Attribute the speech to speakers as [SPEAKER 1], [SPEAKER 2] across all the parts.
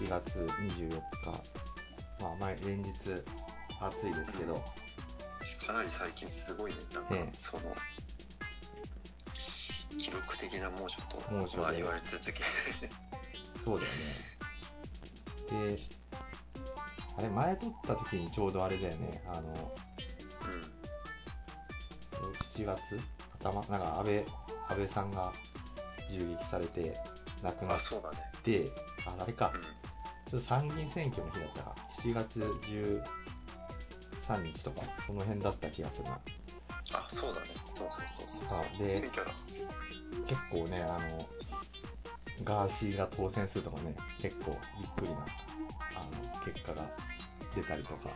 [SPEAKER 1] 2月24日、まあ、毎連日暑いですけど、
[SPEAKER 2] かなり最近すごいね、なんか、
[SPEAKER 1] ええ
[SPEAKER 2] その、記録的な猛暑と、
[SPEAKER 1] 猛暑で
[SPEAKER 2] まあ言われてるだけ
[SPEAKER 1] そうだよね。で、あれ、前撮った時にちょうどあれだよね、あの、
[SPEAKER 2] うん。
[SPEAKER 1] 7月頭、なんか安倍、安倍さんが銃撃されて亡くな
[SPEAKER 2] あ、
[SPEAKER 1] っ
[SPEAKER 2] そうだね。
[SPEAKER 1] て、あ、あれか
[SPEAKER 2] うん。、
[SPEAKER 1] ちょっと参議院選挙の日だったか、7月13日とか、その辺だった気がするな。
[SPEAKER 2] あ、そうだね。そうそうそうそう。
[SPEAKER 1] あで
[SPEAKER 2] 選挙だ。
[SPEAKER 1] 結構ね、あの、ガーシーが当選するとかね、結構びっくりな、あの、結果が出たりとか。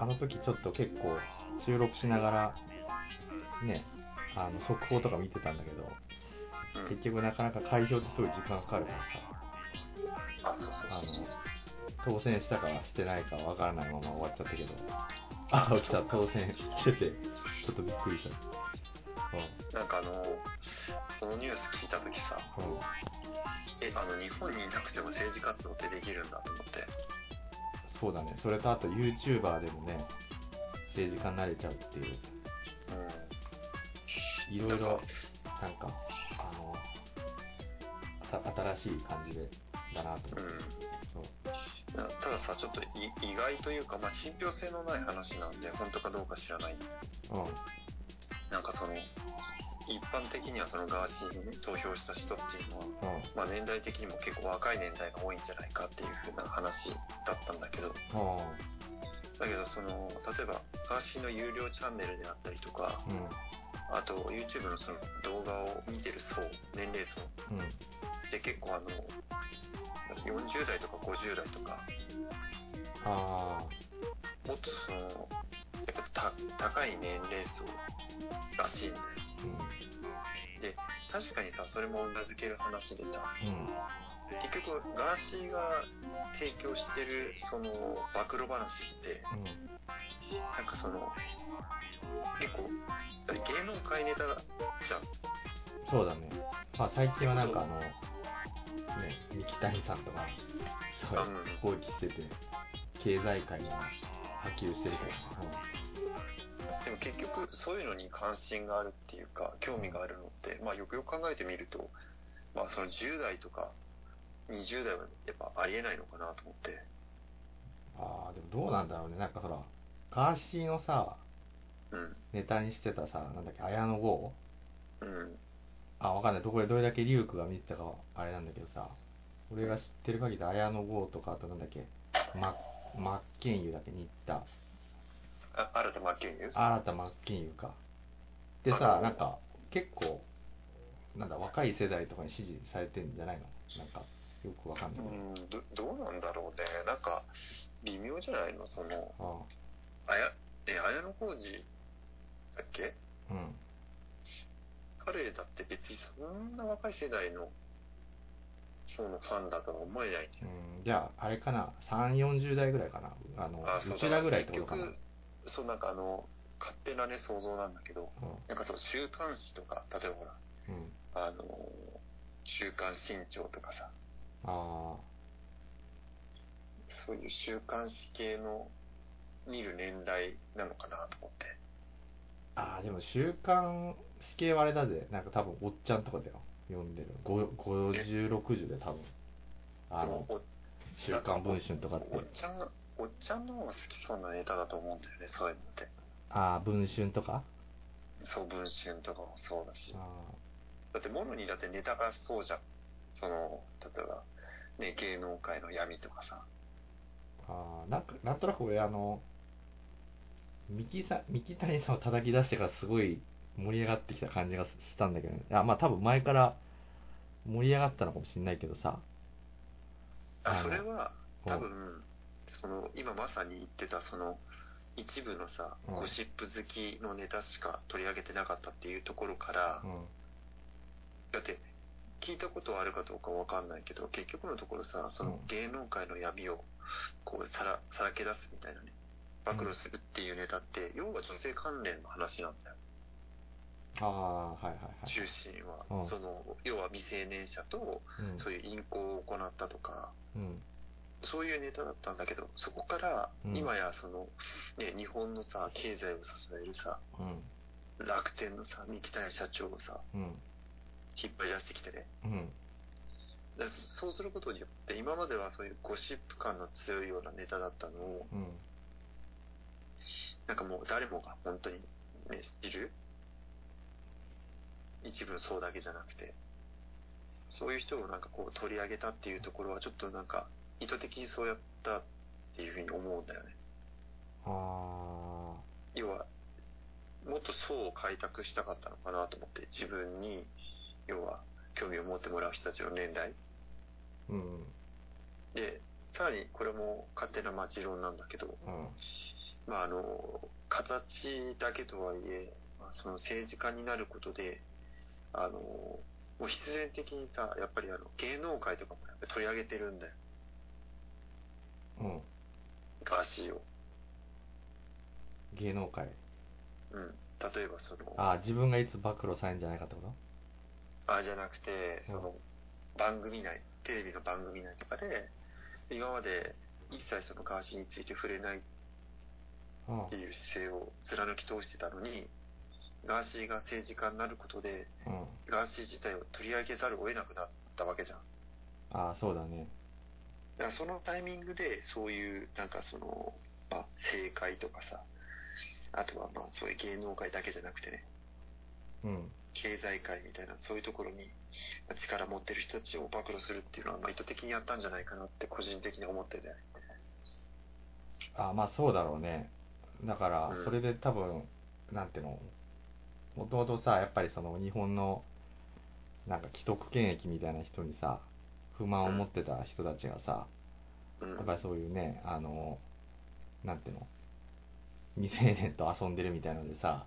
[SPEAKER 1] あの時ちょっと結構収録しながら、ね、あの、速報とか見てたんだけど、
[SPEAKER 2] うん。う
[SPEAKER 1] 結
[SPEAKER 2] ん。
[SPEAKER 1] 局なかなか開票ってすごい時間かかるからさ、
[SPEAKER 2] あ、そうそうそうそう。
[SPEAKER 1] 当選したかしてないかわからないまま終わっちゃったけど、あ、起きた、当選してて、ちょっとびっくりした。う
[SPEAKER 2] なんかあのー、そのニュース聞いたときさ、
[SPEAKER 1] ん、うん。
[SPEAKER 2] え、あの、日本にいなくても政治活動ってできるんだと思って。
[SPEAKER 1] そうだね。それとあと YouTuber でもね、政治家になれちゃうっていう、
[SPEAKER 2] う
[SPEAKER 1] いろいろ、なんか、あの、あた新しい感じで、だなと
[SPEAKER 2] ん。
[SPEAKER 1] 思っ
[SPEAKER 2] うん
[SPEAKER 1] て。。そう
[SPEAKER 2] なたださ、ちょっとい意外というか、まあ、信憑性のない話なんで、本当かどうか知らな
[SPEAKER 1] う
[SPEAKER 2] い。
[SPEAKER 1] ん。
[SPEAKER 2] なんかその、一般的にはそのガーシーに投票した人っていうのは、
[SPEAKER 1] うん。
[SPEAKER 2] まあ、年代的にも結構若い年代が多いんじゃないかっていう風な話だったんだけど、
[SPEAKER 1] あ
[SPEAKER 2] だけどその、例えばガーシーの有料チャンネルであったりとか、
[SPEAKER 1] あ。うん。
[SPEAKER 2] あと YouTube のその動画を見てる層、年齢層
[SPEAKER 1] うん。
[SPEAKER 2] で結構あの、40代とか50代とか、
[SPEAKER 1] あ
[SPEAKER 2] もっとその、やっぱた高い年齢層らしいんだよ。
[SPEAKER 1] あ。うん。
[SPEAKER 2] で、確かにさ、それもうなずける話でさ、
[SPEAKER 1] うん。
[SPEAKER 2] 結局、ガーシーが提供してる、その、暴露話って、
[SPEAKER 1] うん。
[SPEAKER 2] なんかその、結構、芸能界ネタじゃん。
[SPEAKER 1] そうだね。まあ最近はなんかあの、ね、三木谷さんとか、そう、放棄してて、経済界が波及してるから。
[SPEAKER 2] でも結局、そういうのに関心があるっていうか、興味があるのって、まあよくよく考えてみると、まあその10代とか、20代はやっぱありえないのかなと思って。
[SPEAKER 1] ああ、でもどうなんだろうね。なんかほら、ガーシーのさ、
[SPEAKER 2] うん。
[SPEAKER 1] ネタにしてたさ、なんだっけ、綾野剛
[SPEAKER 2] うん。
[SPEAKER 1] あ、わかんない。どこでどれだけリュウクが見てたかは、あれなんだけどさ、俺が知ってる限りで綾野剛とか、あとなんだっけ、マッ、マッケンユだっけ、新田。
[SPEAKER 2] あ、新田真剣佑
[SPEAKER 1] 新田マッケンユか。でさ、なんか、結構、なんだ、若い世代とかに支持されてんじゃないのなんか、よくわかんな
[SPEAKER 2] う
[SPEAKER 1] いけど。
[SPEAKER 2] ん、どどうなんだろうね。なんか、微妙じゃないのその、
[SPEAKER 1] あ
[SPEAKER 2] あや、え、綾小路だっけ
[SPEAKER 1] あ、うん。
[SPEAKER 2] 彼だって別にそんな若い世代の、そのファンだとは思えないね。
[SPEAKER 1] うん、じゃあ、あれかな、3、40代ぐらいかな。あの、
[SPEAKER 2] あ、そうう
[SPEAKER 1] ち
[SPEAKER 2] だ
[SPEAKER 1] ら
[SPEAKER 2] な
[SPEAKER 1] ぐらいってことかな。
[SPEAKER 2] 結局、そうなんかあの、勝手なね、想像なんだけど、
[SPEAKER 1] う
[SPEAKER 2] なんかそう、週刊誌とか、例えばほら、
[SPEAKER 1] ん。うん。
[SPEAKER 2] あの、週刊新潮とかさ、
[SPEAKER 1] あ
[SPEAKER 2] そういう週刊誌系の見る年代なのかなと思って。
[SPEAKER 1] あ。ああ、でも週刊誌系はあれだぜ。なんか多分、おっちゃんとかだよ。読んでる。ご50、60で多分。あの、
[SPEAKER 2] お
[SPEAKER 1] 週刊文春とかって
[SPEAKER 2] お。っちゃんが、おっちゃんの方が好きそうなネタだと思うんだよね、そういうのって。
[SPEAKER 1] ああ、文春とか
[SPEAKER 2] そう、文春とかもそうだし。
[SPEAKER 1] あ
[SPEAKER 2] だって、ものにだってネタがそうじゃん。その、例えば、ね、芸能界の闇とかさ。
[SPEAKER 1] あああ、なんか、なんとなく俺あの、三木さん、三木谷さんを叩き出してからすごい盛り上がってきた感じがしたんだけどね。あまあ多分前から盛り上がったのかもしれないけどさ。あ
[SPEAKER 2] あ、
[SPEAKER 1] の
[SPEAKER 2] それは、
[SPEAKER 1] うん
[SPEAKER 2] 多分、その、今まさに言ってた、その、一部のさ、
[SPEAKER 1] うん
[SPEAKER 2] ゴシップ好きのネタしか取り上げてなかったっていうところから、
[SPEAKER 1] うん。
[SPEAKER 2] だって、聞いたことはあるかどうかわかんないけど、結局のところさ、そうの
[SPEAKER 1] ん
[SPEAKER 2] 芸能界の闇を、こう、さら、さらけ出すみたいなね。暴露するっていうネタって、要は女性関連の話なんだよ。
[SPEAKER 1] ああ、はいはいはい。
[SPEAKER 2] 中心は、
[SPEAKER 1] うん
[SPEAKER 2] その要は未成年者と
[SPEAKER 1] うん
[SPEAKER 2] そういう淫行を行ったとか、
[SPEAKER 1] うん。
[SPEAKER 2] そういうネタだったんだけどそこから
[SPEAKER 1] うん
[SPEAKER 2] 今やその、ね、日本のさ経済を支えるさ
[SPEAKER 1] うん。
[SPEAKER 2] 楽天のさ三木谷社長をさ
[SPEAKER 1] うん。
[SPEAKER 2] 引っ張り出してきてね
[SPEAKER 1] うん。
[SPEAKER 2] だからそうすることによって今まではそういうゴシップ感の強いようなネタだったのを
[SPEAKER 1] うん。
[SPEAKER 2] なんかもう誰もが本当にね知る一部の層だけじゃなくてそういう人をなんかこう取り上げたっていうところはちょっとなんか意図的にそうやったっていうふうに思うんだよね
[SPEAKER 1] あ
[SPEAKER 2] 要はもっと層を開拓したかったのかなと思って自分に要は興味を持ってもらう人たちの年代
[SPEAKER 1] ー。うん。
[SPEAKER 2] でさらにこれも勝手なまあ持論なんだけど、
[SPEAKER 1] うん。
[SPEAKER 2] まあ、あの形だけとはいえ、まあ、その政治家になることであのもう必然的にさやっぱりあの芸能界とかもやっぱり取り上げてるんだよ
[SPEAKER 1] うん。
[SPEAKER 2] ガーシーを、
[SPEAKER 1] 芸能界。
[SPEAKER 2] うん、例えばそのあ
[SPEAKER 1] ああ、自分がいつ暴露されるんじゃないかってこと
[SPEAKER 2] じゃなくてその番組内テレビの番組内とかで今まで一切そのガーシーについて触れない
[SPEAKER 1] うん
[SPEAKER 2] っていう姿勢を貫き通してたのにガーシーが政治家になることで
[SPEAKER 1] うん。
[SPEAKER 2] ガーシー自体を取り上げざるを得なくなったわけじゃん
[SPEAKER 1] ああ、そうだね。
[SPEAKER 2] だからそのタイミングでそういうなんかその、まあ、政界とかさあとはまあそういう芸能界だけじゃなくてね
[SPEAKER 1] うん。
[SPEAKER 2] 経済界みたいなそういうところにまあ力持ってる人たちを暴露するっていうのはまあ意図的にやったんじゃないかなって個人的に思ってて、
[SPEAKER 1] ああ、まあそうだろうね。だから
[SPEAKER 2] う、ん
[SPEAKER 1] それで多分、なんていうの、もともとさ、やっぱりその日本の、なんか既得権益みたいな人にさ、不満を持ってた人たちがさ、
[SPEAKER 2] うん、
[SPEAKER 1] やっぱりそういうね、あの、なんていうの、未成年と遊んでるみたいのでさ、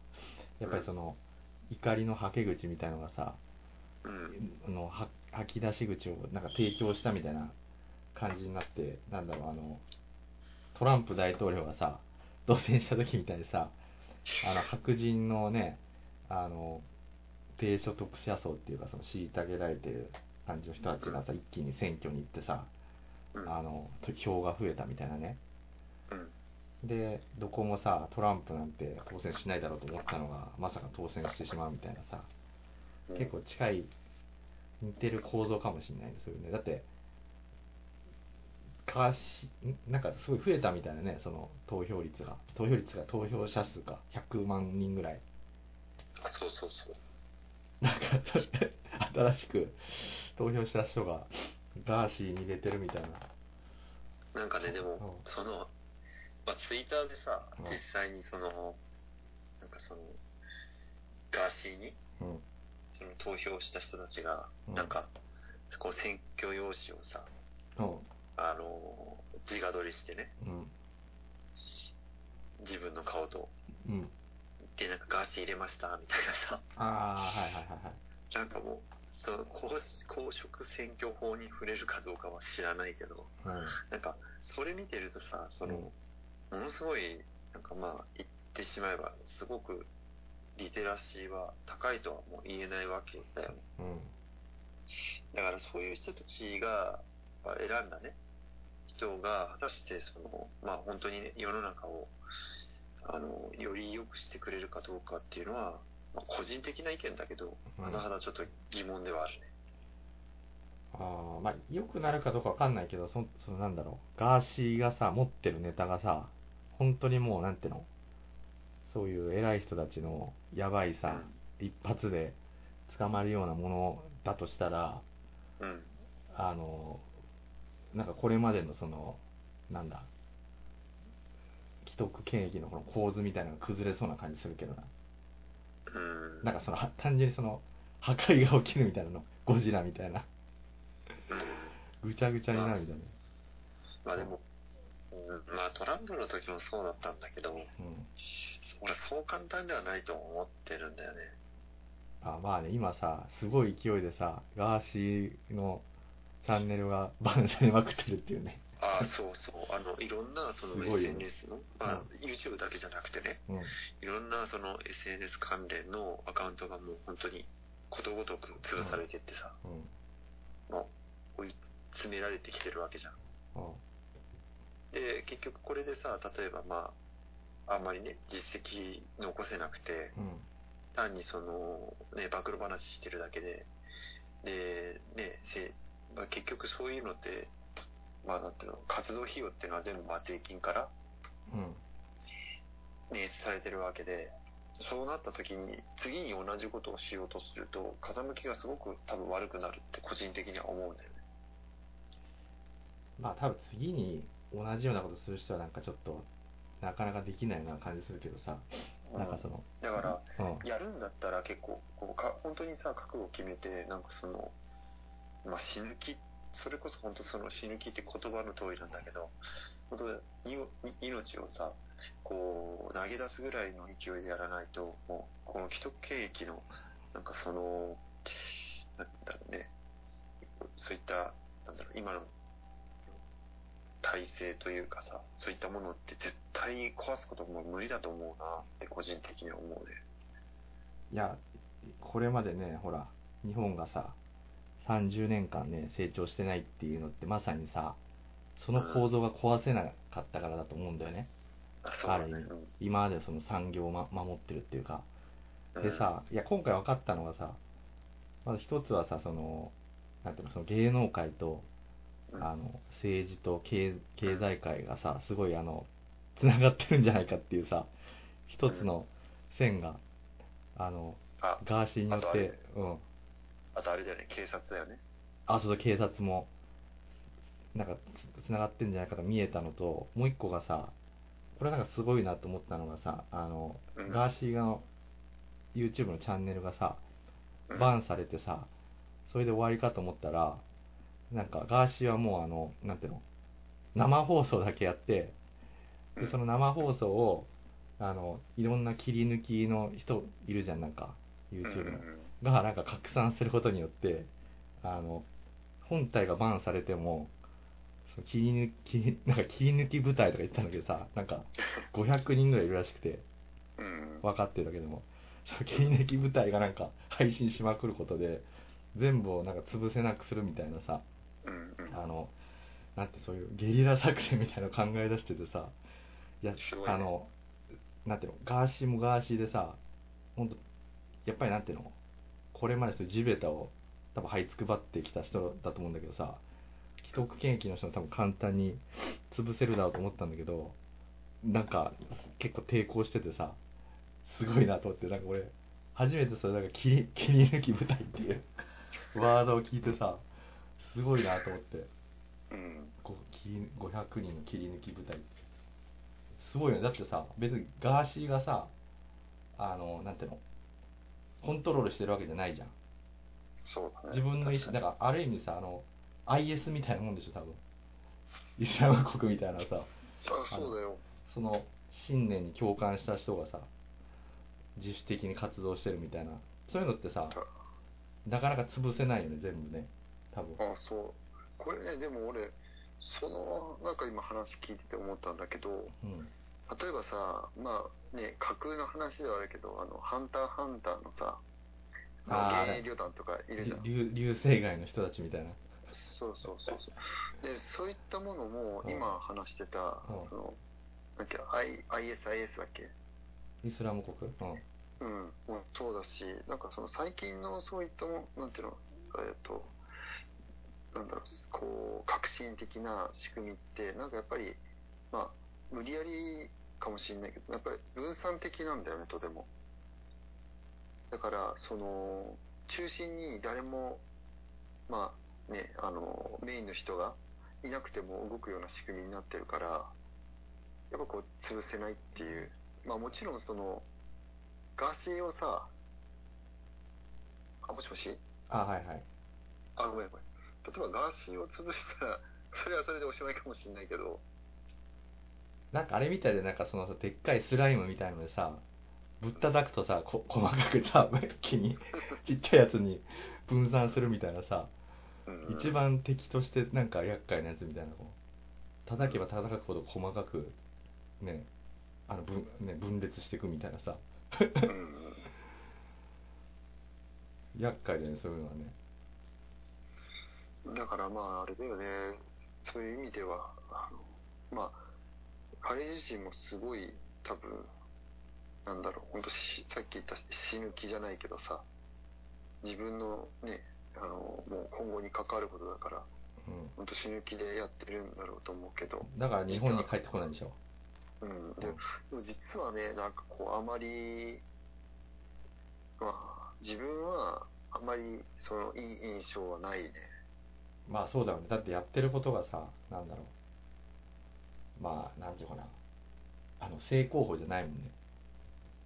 [SPEAKER 1] やっぱりその、怒りの吐け口みたいのがさ、
[SPEAKER 2] うん
[SPEAKER 1] あのは吐き出し口をなんか提供したみたいな感じになって、なんだろう、あの、トランプ大統領がさ、当選した時みたいにさ、あの、白人のね、あの、低所得者層っていうか、その、虐げられてる感じの人たちがさ、一気に選挙に行ってさ、
[SPEAKER 2] うん
[SPEAKER 1] あの、票が増えたみたいなね。
[SPEAKER 2] うん
[SPEAKER 1] で、どこもさ、トランプなんて当選しないだろうと思ったのが、まさか当選してしまうみたいなさ、
[SPEAKER 2] うん
[SPEAKER 1] 結構近い、似てる構造かもしれないですよね。だって、かし、んなんかすごい増えたみたいなね、その投票率が。投票率が投票者数が100万人ぐらい。
[SPEAKER 2] あそうそうそう
[SPEAKER 1] なんか、 新しく投票した人が、ガーシーに入れてるみたいな。
[SPEAKER 2] なんかねでも
[SPEAKER 1] う
[SPEAKER 2] その、まあ、ツイッターでさ
[SPEAKER 1] うん
[SPEAKER 2] 実際にそのなんかそのガーシーに
[SPEAKER 1] うん。
[SPEAKER 2] その投票した人たちが
[SPEAKER 1] うん
[SPEAKER 2] なんか、こう選挙用紙をさ
[SPEAKER 1] うん。
[SPEAKER 2] あの自画撮りしてね
[SPEAKER 1] うん。
[SPEAKER 2] 自分の顔と
[SPEAKER 1] うん。
[SPEAKER 2] でなんかガーシー入れましたみたいなさ
[SPEAKER 1] ああ、はいはいはいはい。
[SPEAKER 2] なんかもうその公公職選挙法に触れるかどうかは知らないけどなんかそれ見てるとさその、ものすごいなんかまあ言ってしまえばすごくリテラシーは高いとはもう言えないわけだよね
[SPEAKER 1] うん。うん。
[SPEAKER 2] だからそういう人たちがまあ選んだね人が果たしてそのまあ本当にね世の中をあのより良くしてくれるかどうかっていうのは、まあ、個人的な意見だけど
[SPEAKER 1] うん
[SPEAKER 2] 甚だちょっと疑問ではあるね、
[SPEAKER 1] ああ、まあ、良くなるかどうかわかんないけど、そ、そのなんだろう。ガーシーがさ、持ってるネタがさ、本当にもう、なんていうのそういう偉い人たちのやばいさ、一発で捕まるようなものだとしたら、
[SPEAKER 2] うんうん
[SPEAKER 1] あの、なんかこれまでのその、なんだ、既得権益のこの構図みたいなのが崩れそうな感じするけどな。
[SPEAKER 2] うん
[SPEAKER 1] なんかその、は単純にその、破壊が起きるみたいなの、ゴジラみたいな、ぐちゃぐちゃになるみたいな。
[SPEAKER 2] まあでも、うん、まあトランプの時もそうだったんだけど
[SPEAKER 1] うん。
[SPEAKER 2] 俺はそう簡単ではないと思ってるんだよね
[SPEAKER 1] あまあね、今さ、すごい勢いでさ、ガーシーのチャンネルがバンされまくってるっていうね。
[SPEAKER 2] ああ、そうそう。あの、いろんなその
[SPEAKER 1] すごいよね
[SPEAKER 2] SNS の、まあ、YouTube だけじゃなくてね、
[SPEAKER 1] うん。
[SPEAKER 2] いろんなその SNS 関連のアカウントがもう本当にことごとく潰されてってさ、
[SPEAKER 1] うん。
[SPEAKER 2] もう追い詰められてきてるわけじゃん。
[SPEAKER 1] うん。
[SPEAKER 2] で、結局これでさ、例えばまあ、あんまりね、実績残せなくて、
[SPEAKER 1] うん。
[SPEAKER 2] 単にその、ね、暴露話してるだけで、で、ね、せまあ、結局そういうのって、まあなんていうの、活動費用っていうのは全部まあ税金から
[SPEAKER 1] うん。
[SPEAKER 2] 捻出されてるわけで、そうなった時に次に同じことをしようとすると、風向きがすごく多分悪くなるって個人的には思うんだよね。
[SPEAKER 1] まあ多分次に同じようなことする人はなんかちょっと、なかなかできないような感じするけどさ、なんかその、
[SPEAKER 2] だから、
[SPEAKER 1] うん。
[SPEAKER 2] やるんだったら結構こうか本当にさ覚悟を決めてなんかその、まあ、死ぬ気それこそ本当その死ぬ気って言葉の通りなんだけど本当にに命をさこう投げ出すぐらいの勢いでやらないともうこの既得権益のなんかそのなんだろうねそういったなんだろう今の体制というかさそういったものって絶対に壊すことも無理だと思うなって個人的には思うね。
[SPEAKER 1] いや、これまでね、ほら、日本がさ、30年間ね、成長してないっていうのって、まさにさ、その構造が壊せなかったからだと思うんだよね。
[SPEAKER 2] あそうだね
[SPEAKER 1] ある意味
[SPEAKER 2] うん
[SPEAKER 1] 今までその産業を、ま、守ってるっていうか。
[SPEAKER 2] うん
[SPEAKER 1] でさ、いや、今回分かったのがさ、まず一つはさ、その、なんていうの、その芸能界と、
[SPEAKER 2] うん
[SPEAKER 1] あの、政治と経経済界がさ、すごいあの、繋がってるんじゃないかっていうさ、一つの線が、あの、
[SPEAKER 2] あ
[SPEAKER 1] ガーシーによ
[SPEAKER 2] あ
[SPEAKER 1] っ
[SPEAKER 2] とあ
[SPEAKER 1] て
[SPEAKER 2] れ、
[SPEAKER 1] うん。
[SPEAKER 2] あとあれだよね警察だよね
[SPEAKER 1] あ、そうそう、警察も、なんかつ、つながってんじゃないかと見えたのと、もう一個がさ、これなんかすごいなと思ったのがさ、あの、
[SPEAKER 2] うん
[SPEAKER 1] ガーシーがの YouTube のチャンネルがさ、
[SPEAKER 2] うん
[SPEAKER 1] バンされてさ、それで終わりかと思ったら、なんかガーシーはもうあの、なんていうの、生放送だけやって、で、その生放送を、あの、いろんな切り抜きの人いるじゃん、なんか、YouTube の。がなんか拡散することによってあの本体がバンされてもその切り抜きなんか切り抜き部隊とか言ってたんだけどさなんか500人ぐらいいるらしくて
[SPEAKER 2] うんうんうん
[SPEAKER 1] 分かってるだけでもその切り抜き部隊がなんか配信しまくることで全部をなんか潰せなくするみたいなさ
[SPEAKER 2] うんうん
[SPEAKER 1] あのなんてそういうゲリラ作戦みたいなの考え出しててさいや
[SPEAKER 2] すごいね
[SPEAKER 1] あのなんていうのガーシーもガーシーでさ本当やっぱりなんていうのこれまでそういう地べたを多分這いつくばってきた人だと思うんだけどさ既得権益の人も多分簡単に潰せるだろうと思ったんだけどなんか結構抵抗しててさすごいなと思ってなんか俺初めてそれなんか切り 切り抜き舞台っていうワードを聞いてさすごいなと思って
[SPEAKER 2] うん
[SPEAKER 1] こう切り500人の切り抜き舞台すごいよねだってさ別にガーシーがさあのなんていうのコントロールしてるわけじゃないじゃん
[SPEAKER 2] そうだね
[SPEAKER 1] 自分の意思
[SPEAKER 2] 確
[SPEAKER 1] だ
[SPEAKER 2] かに
[SPEAKER 1] からある意味さあの IS みたいなもんでしょ多分 イスラム国みたいなさ
[SPEAKER 2] あそうだよ
[SPEAKER 1] その信念に共感した人がさ自主的に活動してるみたいなそういうのってさなかなか潰せないよね全部ね多分
[SPEAKER 2] あそうこれねでも俺そのなんか今話聞いてて思ったんだけど
[SPEAKER 1] うん
[SPEAKER 2] 例えばさまあね架空の話ではあるけどあの「ハンターハンター」のさ
[SPEAKER 1] あー
[SPEAKER 2] あの現役旅団とかいるじゃん
[SPEAKER 1] 流流星街の人たちみたいな
[SPEAKER 2] そうそうそうそうでそういったものも今話してた
[SPEAKER 1] うん
[SPEAKER 2] そのなんだっけ I- ISIS だっけ
[SPEAKER 1] イスラム国うん
[SPEAKER 2] うん、もうそうだし、なんかその最近のそういったも、なんていうの、えっと、なんだろう、こう、革新的な仕組みって、なんかやっぱり、まあ、無理やりかもしれないけど、やっぱり分散的なんだよね、とても。だから、その、中心に誰も、まあね、あの、メインの人がいなくても動くような仕組みになってるから、やっぱこう、潰せないっていう。まあもちろんその、ガーシーをさ、あ、もしもし
[SPEAKER 1] あはいはい
[SPEAKER 2] あ、ごめんごめん。例えばガーシーを潰したら、 それはそれでおしまいかもしれないけど、
[SPEAKER 1] なんかあれみたいでなんかそのさでっかいスライムみたいのでさぶったたくと さこ細かくさ一気にちっちゃいやつに分散するみたいなさ
[SPEAKER 2] うん
[SPEAKER 1] 一番敵としてなんか厄介なやつみたいなこう叩けば叩くほど細かくねあの分ね分裂していくみたいなさ
[SPEAKER 2] うんうん
[SPEAKER 1] 厄介だよねそういうのはね
[SPEAKER 2] だからまああれだよねそういう意味ではあのまあ彼自身もすごい多分なんだろう本当しさっき言った死ぬ気じゃないけどさ自分のねあのもう今後に関わることだから本当死ぬ気でやってるんだろうと思うけど、
[SPEAKER 1] うんだから日本に帰ってこないでしょ
[SPEAKER 2] うん、ででも実はねなんかこうあまりまあ自分はあまりそのいい印象はないね
[SPEAKER 1] まあそうだよねだってやってることがさなんだろうまあなんていうかなあの正攻法じゃないもんね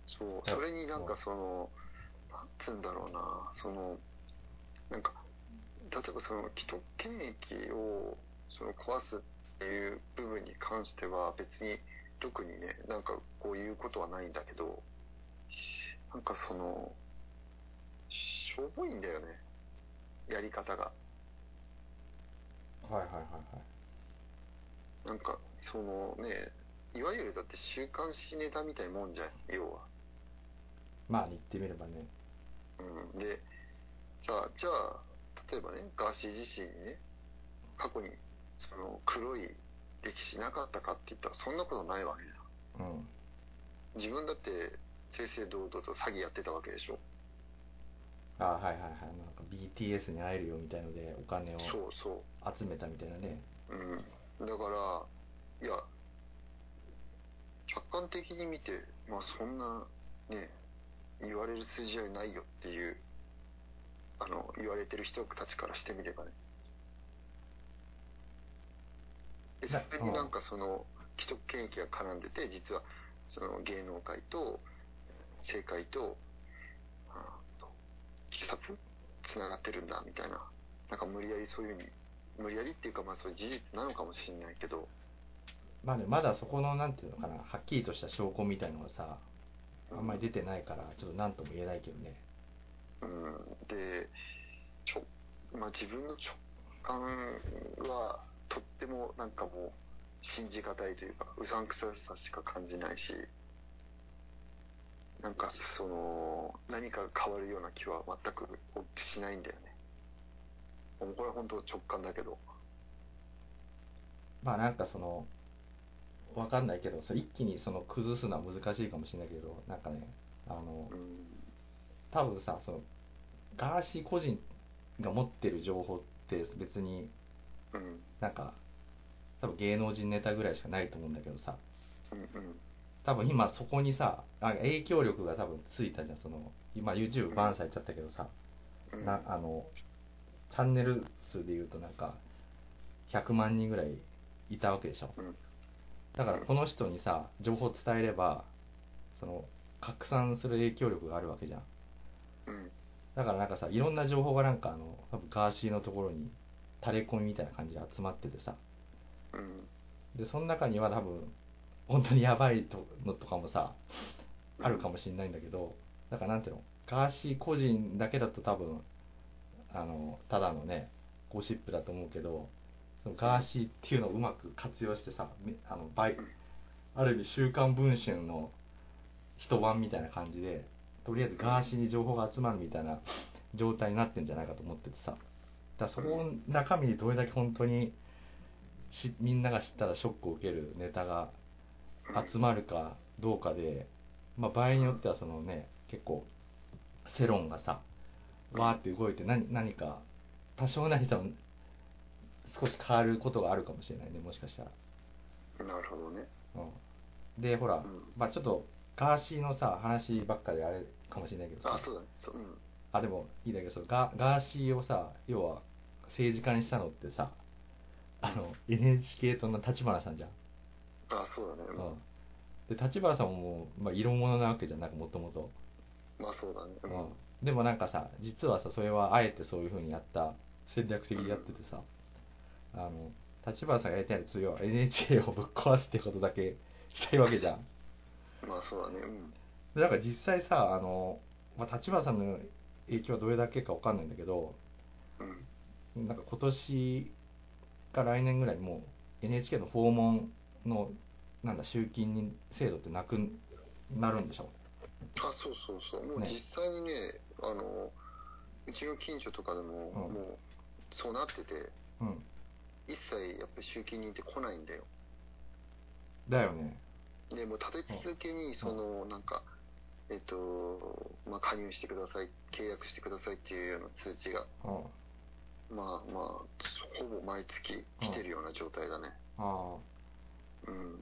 [SPEAKER 2] そう、
[SPEAKER 1] いや
[SPEAKER 2] それになんかその、なんつうんだろうな、その、なんか、例えばその既得権益をその壊すっていう部分に関しては別に特にね、なんかこう言うことはないんだけど、なんかその、しょぼいんだよね、やり方が。
[SPEAKER 1] はいはいはいはい
[SPEAKER 2] なんか、そのね、いわゆるだって週刊誌ネタみたいなもんじゃん、要は。
[SPEAKER 1] まあ言ってみればね
[SPEAKER 2] うん、でじゃあじゃあ例えばねガーシー自身にね過去にその黒い歴史なかったかって言ったらそんなことないわけじゃん
[SPEAKER 1] うん
[SPEAKER 2] 自分だって正々堂々と詐欺やってたわけでしょ
[SPEAKER 1] あはいはいはいなんか BTS に会えるよみたいのでお金を
[SPEAKER 2] そうそ
[SPEAKER 1] 集めたみたいなね
[SPEAKER 2] う、うん、だからいや客観的に見てまあそんなね言われる筋合いないよっていうあの言われてる人たちからしてみればねでそ
[SPEAKER 1] な
[SPEAKER 2] れになんかその既得権益が絡んでて実はその芸能界と政界とあと警察つながってるんだみたいななんか無理やりそういうふうに無理やりっていうかまあそういう事実なのかもしれないけど、
[SPEAKER 1] まあねまだそこのなんていうのかなはっきりとした証拠みたいのがさあんまり出てないからちょっと何とも言えないけどね
[SPEAKER 2] うん、でちょ、まあ、自分の直感はとってもなんかもう信じがたいというかうさんくささしか感じないしなんかその何かが変わるような気は全くしないんだよねもうこれは本当直感だけど
[SPEAKER 1] まあなんかそのわかんないけどそれ一気にその崩すのは難しいかもしれないけどなんかねあの
[SPEAKER 2] うん
[SPEAKER 1] 多分さそのガーシー個人が持ってる情報って別に
[SPEAKER 2] うん
[SPEAKER 1] なんか多分芸能人ネタぐらいしかないと思うんだけどさ
[SPEAKER 2] うんうん
[SPEAKER 1] 多分今そこにさあ影響力が多分ついたじゃんその今 YouTube バンされちゃったけどさ、
[SPEAKER 2] うん
[SPEAKER 1] なあのチャンネル数で言うとなんか100万人ぐらいいたわけでしょ、
[SPEAKER 2] うん
[SPEAKER 1] だからこの人にさ情報伝えればその拡散する影響力があるわけじゃん
[SPEAKER 2] うん
[SPEAKER 1] だからなんかさいろんな情報がなんかあの多分ガーシーのところに垂れ込みみたいな感じで集まっててさ
[SPEAKER 2] うん
[SPEAKER 1] でその中には多分本当にやばいとのとかもさあるかもしれないんだけどだからなんていうのガーシー個人だけだと多分あのただのねゴシップだと思うけどそのガーシーっていうのをうまく活用してさみあのバイある意味「週刊文春」の一晩みたいな感じでとりあえずガーシーに情報が集まるみたいな状態になってんじゃないかと思っててさだからそこの中身にどれだけ本当にしみんなが知ったらショックを受けるネタが集まるかどうかで、まあ、場合によってはそのね結構世論がさわーって動いて何何か多少なりとも少し変わることがあるかもしれないねもしかしたら。
[SPEAKER 2] なるほどね
[SPEAKER 1] うん、でほら、
[SPEAKER 2] うん
[SPEAKER 1] まあ、ちょっとガーシーのさ話ばっかりあれかもしれないけどさ
[SPEAKER 2] あそうだねそううん
[SPEAKER 1] あでもいいんだけどそのガガーシーをさ要は政治家にしたのってさあの NHK 党の立花さんじゃん
[SPEAKER 2] あそうだねうん
[SPEAKER 1] うん、で立花さんも、まあ、色物なわけじゃんなんかもともと
[SPEAKER 2] まあそうだねうん
[SPEAKER 1] でもなんかさ実はさそれはあえてそういうふうにやった戦略的にやっててさあの立花さんがやりたいのは次は NHK をぶっ壊すってことだけしたいわけじゃん
[SPEAKER 2] まあそうだねうん
[SPEAKER 1] でなんか実際さあの、まあ、立花さんの影響はどれだけかわかんないんだけど
[SPEAKER 2] うん
[SPEAKER 1] なんか今年か来年ぐらいもう NHK の訪問のなんだ集金制度ってなくなるんでしょ
[SPEAKER 2] あそうそうそうもう
[SPEAKER 1] ね
[SPEAKER 2] 実際にねあのうちの近所とかでも、
[SPEAKER 1] うん
[SPEAKER 2] もうそうなってて
[SPEAKER 1] うん
[SPEAKER 2] 一切やっぱり集金人って来ないんだよ
[SPEAKER 1] だよね
[SPEAKER 2] でもう立て続けにその、なんかえっとまあ加入してください契約してくださいっていうような通知が
[SPEAKER 1] うん
[SPEAKER 2] まあまあほぼ毎月来てるような状態だね
[SPEAKER 1] ああ
[SPEAKER 2] うん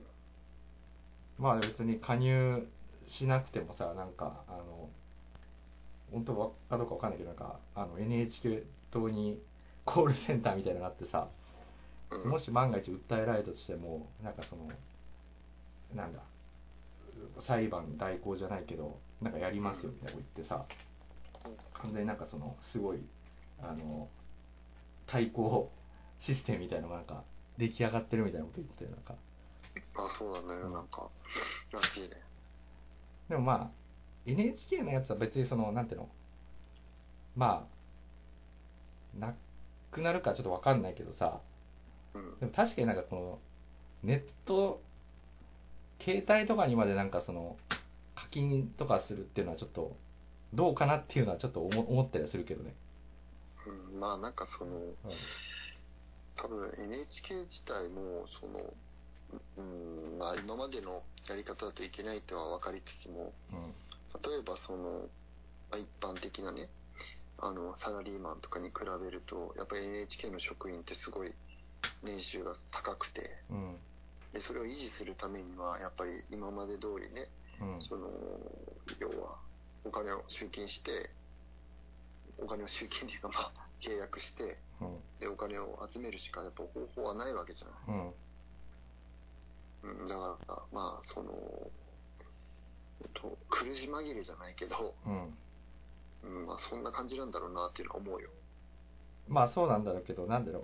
[SPEAKER 1] まあ別に加入しなくてもさなんかあの本当はかどうかわかんないけどなんかあの NHK 党にコールセンターみたいなのがあってさ
[SPEAKER 2] うん
[SPEAKER 1] もし万が一訴えられたとしてもなんかそのなんだ裁判代行じゃないけどなんかやりますよみたいなこと言ってさ完全になんかそのすごいあの対抗システムみたいなのがなんか出来上がってるみたいなこと言ってたよなんか
[SPEAKER 2] あそうだね、
[SPEAKER 1] うん
[SPEAKER 2] なんからしいね
[SPEAKER 1] でもまあ、NHK のやつは別にその、なんていうの、まあ、なくなるかちょっとわかんないけどさ、
[SPEAKER 2] うん
[SPEAKER 1] でも確かになんかこの、ネット、携帯とかにまでなんかその、課金とかするっていうのはちょっと、どうかなっていうのはちょっと思思ったりはするけどね。
[SPEAKER 2] うん、まあなんかその
[SPEAKER 1] うん
[SPEAKER 2] 多分 NHK 自体もその、うんまあ、今までのやり方だといけないとは分かりつつも
[SPEAKER 1] うん。
[SPEAKER 2] 例えばその、まあ一般的なねあのサラリーマンとかに比べるとやっぱり NHK の職員ってすごい年収が高くて
[SPEAKER 1] うん。
[SPEAKER 2] でそれを維持するためにはやっぱり今まで通りね
[SPEAKER 1] うん。
[SPEAKER 2] その要はお金を集金してお金を集金っていうかまあ契約して
[SPEAKER 1] うん。
[SPEAKER 2] でお金を集めるしかやっぱ方法はないわけじゃない。
[SPEAKER 1] うん。
[SPEAKER 2] うん、だからまあそのえっと苦し紛れじゃないけど、
[SPEAKER 1] うん。
[SPEAKER 2] うんまあ、そんな感じなんだろうなっていうのは思うよ、
[SPEAKER 1] まあそうなんだろうけど、なんだろう。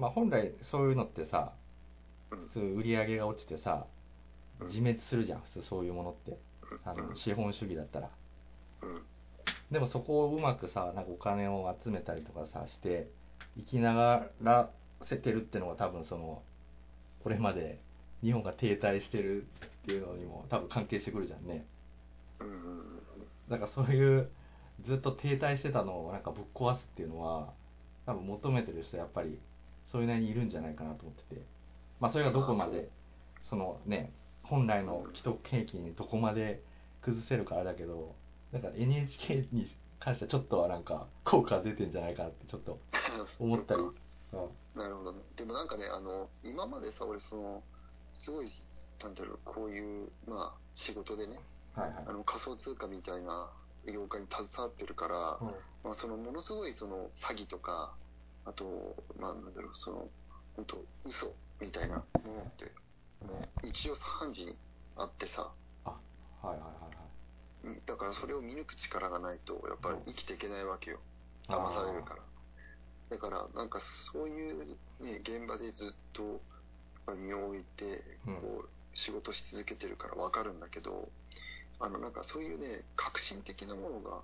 [SPEAKER 1] まあ本来そういうのってさ、
[SPEAKER 2] うん
[SPEAKER 1] 普通売り上げが落ちてさ、
[SPEAKER 2] うん
[SPEAKER 1] 自滅するじゃん、普通そういうものって。あの、資本主義だったら。
[SPEAKER 2] うん
[SPEAKER 1] でもそこをうまくさ、なんかお金を集めたりとかさ、して、生きながらせてるってのが多分その、これまで日本が停滞してるっていうのにも多分関係してくるじゃんね。
[SPEAKER 2] うんうん
[SPEAKER 1] だからそういう、ずっと停滞してたのをなんかぶっ壊すっていうのは、多分求めてる人はやっぱり、それなりにいるんじゃないかなと思ってて。まあそれがどこまで、そのね、本来の既得権益にどこまで崩せるかあれだけど、なんか NHK に関してはちょっとはなんか効果が出てんじゃないかなってちょっと
[SPEAKER 2] うん
[SPEAKER 1] 思ったり。
[SPEAKER 2] そっ
[SPEAKER 1] うん
[SPEAKER 2] か なるほどねでもなんかねあの今までさ俺そのすごいなんだろうこういうまあ仕事でね
[SPEAKER 1] はいはい
[SPEAKER 2] あ。の仮想通貨みたいな業界に携わってるから、
[SPEAKER 1] うん
[SPEAKER 2] まあ、そのものすごいその詐欺とかあとまあなんだろうその本当嘘みたいなものってもう日常3時にあってさ
[SPEAKER 1] はいはいはいはい。
[SPEAKER 2] うんだからそれを見抜く力がないとやっぱり生きていけないわけよ騙されるからだからなんかそういう、ね、現場でずっとやっぱり身を置いて
[SPEAKER 1] うん
[SPEAKER 2] こう仕事し続けてるから分かるんだけどあのなんかそういうね革新的なものが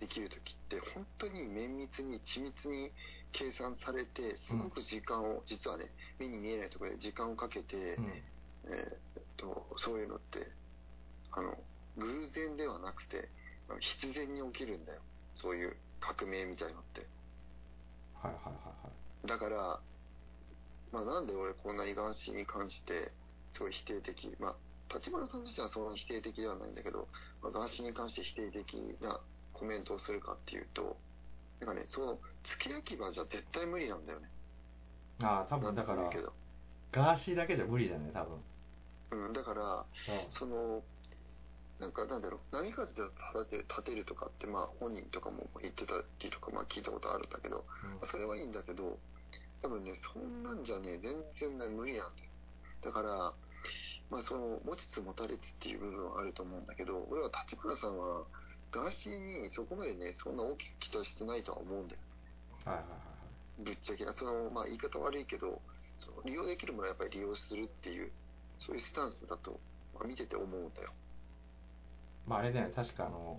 [SPEAKER 2] できる時って本当に綿密に緻密に計算されてすごく時間を、実はね目に見えないところで時間をかけて、
[SPEAKER 1] うん
[SPEAKER 2] えーえっとそういうのってあの偶然ではなくてあの必然に起きるんだよそういう革命みたいのって
[SPEAKER 1] はいはいはい
[SPEAKER 2] だから、まあ、なんで俺こんな意外しに関してすごい否定的まあ立花さん自体はそんなに否定的ではないんだけど、まあ、ガーシーに関して否定的なコメントをするかっていうとなんかねその付け焼き場じゃ絶対無理なんだよね
[SPEAKER 1] はい。ああ、多分
[SPEAKER 2] なんと
[SPEAKER 1] だか
[SPEAKER 2] も言
[SPEAKER 1] ら
[SPEAKER 2] うけ、ど、
[SPEAKER 1] ガーシーだけじゃ無理だね、多分。
[SPEAKER 2] うん、だからそのなんかなんだろう何かで立てる立てるとかってまあ本人とかも言ってたりとかまあ聞いたことあるんだけど
[SPEAKER 1] うん
[SPEAKER 2] それはいいんだけど多分ねそんなんじゃね全然ね無理なんだよだからまあその持ちつ持たれつっていう部分はあると思うんだけど俺は立花さんはガーシーにそこまでねそんな大きく期待してないとは思うんだよ
[SPEAKER 1] はいはいはい
[SPEAKER 2] ぶっちゃけなそのまあ言い方悪いけどその利用できるものはやっぱり利用するっていうそういうスタンスだと、まあ見てて思うんだよ
[SPEAKER 1] まああれだよね、確かあの、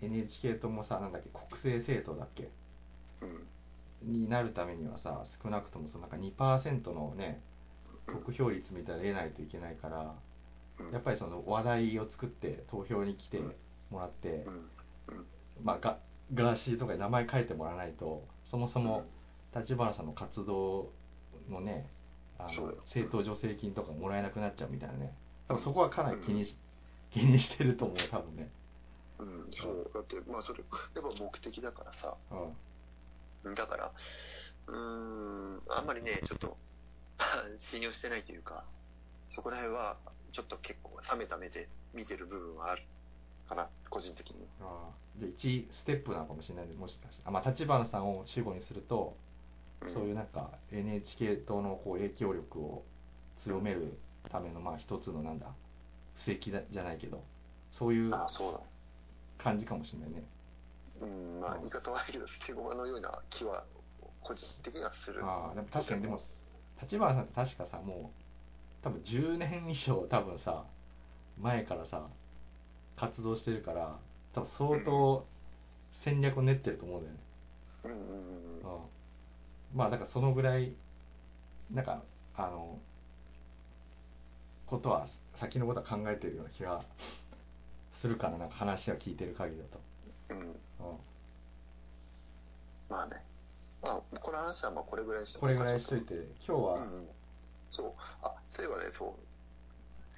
[SPEAKER 1] NHK ともさ、なんだっけ、国政政党だっけ
[SPEAKER 2] うん。
[SPEAKER 1] になるためにはさ少なくともそのなんか2%のね得票率みたいなの得ないといけないから
[SPEAKER 2] うん
[SPEAKER 1] やっぱりその話題を作って投票に来てもらって
[SPEAKER 2] う、ん。
[SPEAKER 1] まあ、ガガーシーとかに名前書いてもらわないとそもそも立花さんの活動のねあ
[SPEAKER 2] そうだ
[SPEAKER 1] の
[SPEAKER 2] よ
[SPEAKER 1] 政党助成金とかもらえなくなっちゃうみたいなね多分そこはかなり気にし気にしてると思う多分ね、
[SPEAKER 2] うん、そう。だって、まあ、それ、やっぱ目的だからさ。
[SPEAKER 1] うん、
[SPEAKER 2] だから、うーん、あんまりね、ちょっと、 信用してないというか、そこら辺は、ちょっと結構冷めた目で見てる部分はあるかな、個人的に。
[SPEAKER 1] あーじゃあ1ステップなのかもしれないねもしかしたら、あまあ、立花さんを主語にすると
[SPEAKER 2] ん
[SPEAKER 1] そういうなんか NHK 党のこう影響力を強めるためのまあ一つのなんだ布石だじゃないけどそういう
[SPEAKER 2] あそうだ。
[SPEAKER 1] 感じかもしれないね
[SPEAKER 2] うん、まあ、言い方悪いけど、捨て駒のような気は、個人的にはする。
[SPEAKER 1] ああでも確かにでも立花さんって確かさもう多分10年以上多分さ前からさ活動してるから多分相当戦略を練ってると思うんだよね、
[SPEAKER 2] うんうんうん。
[SPEAKER 1] うん、まあだからそのぐらいなんかあのことは先のことは考えてるような気がするかななんか話は聞いてる限りだ
[SPEAKER 2] うん。
[SPEAKER 1] と、
[SPEAKER 2] まあね。まあ、この話はまあこれぐらいにし
[SPEAKER 1] うん、
[SPEAKER 2] と
[SPEAKER 1] これぐらいしとい
[SPEAKER 2] て。
[SPEAKER 1] て今日は、
[SPEAKER 2] うんうん。そう。あ、そういえばね、そう。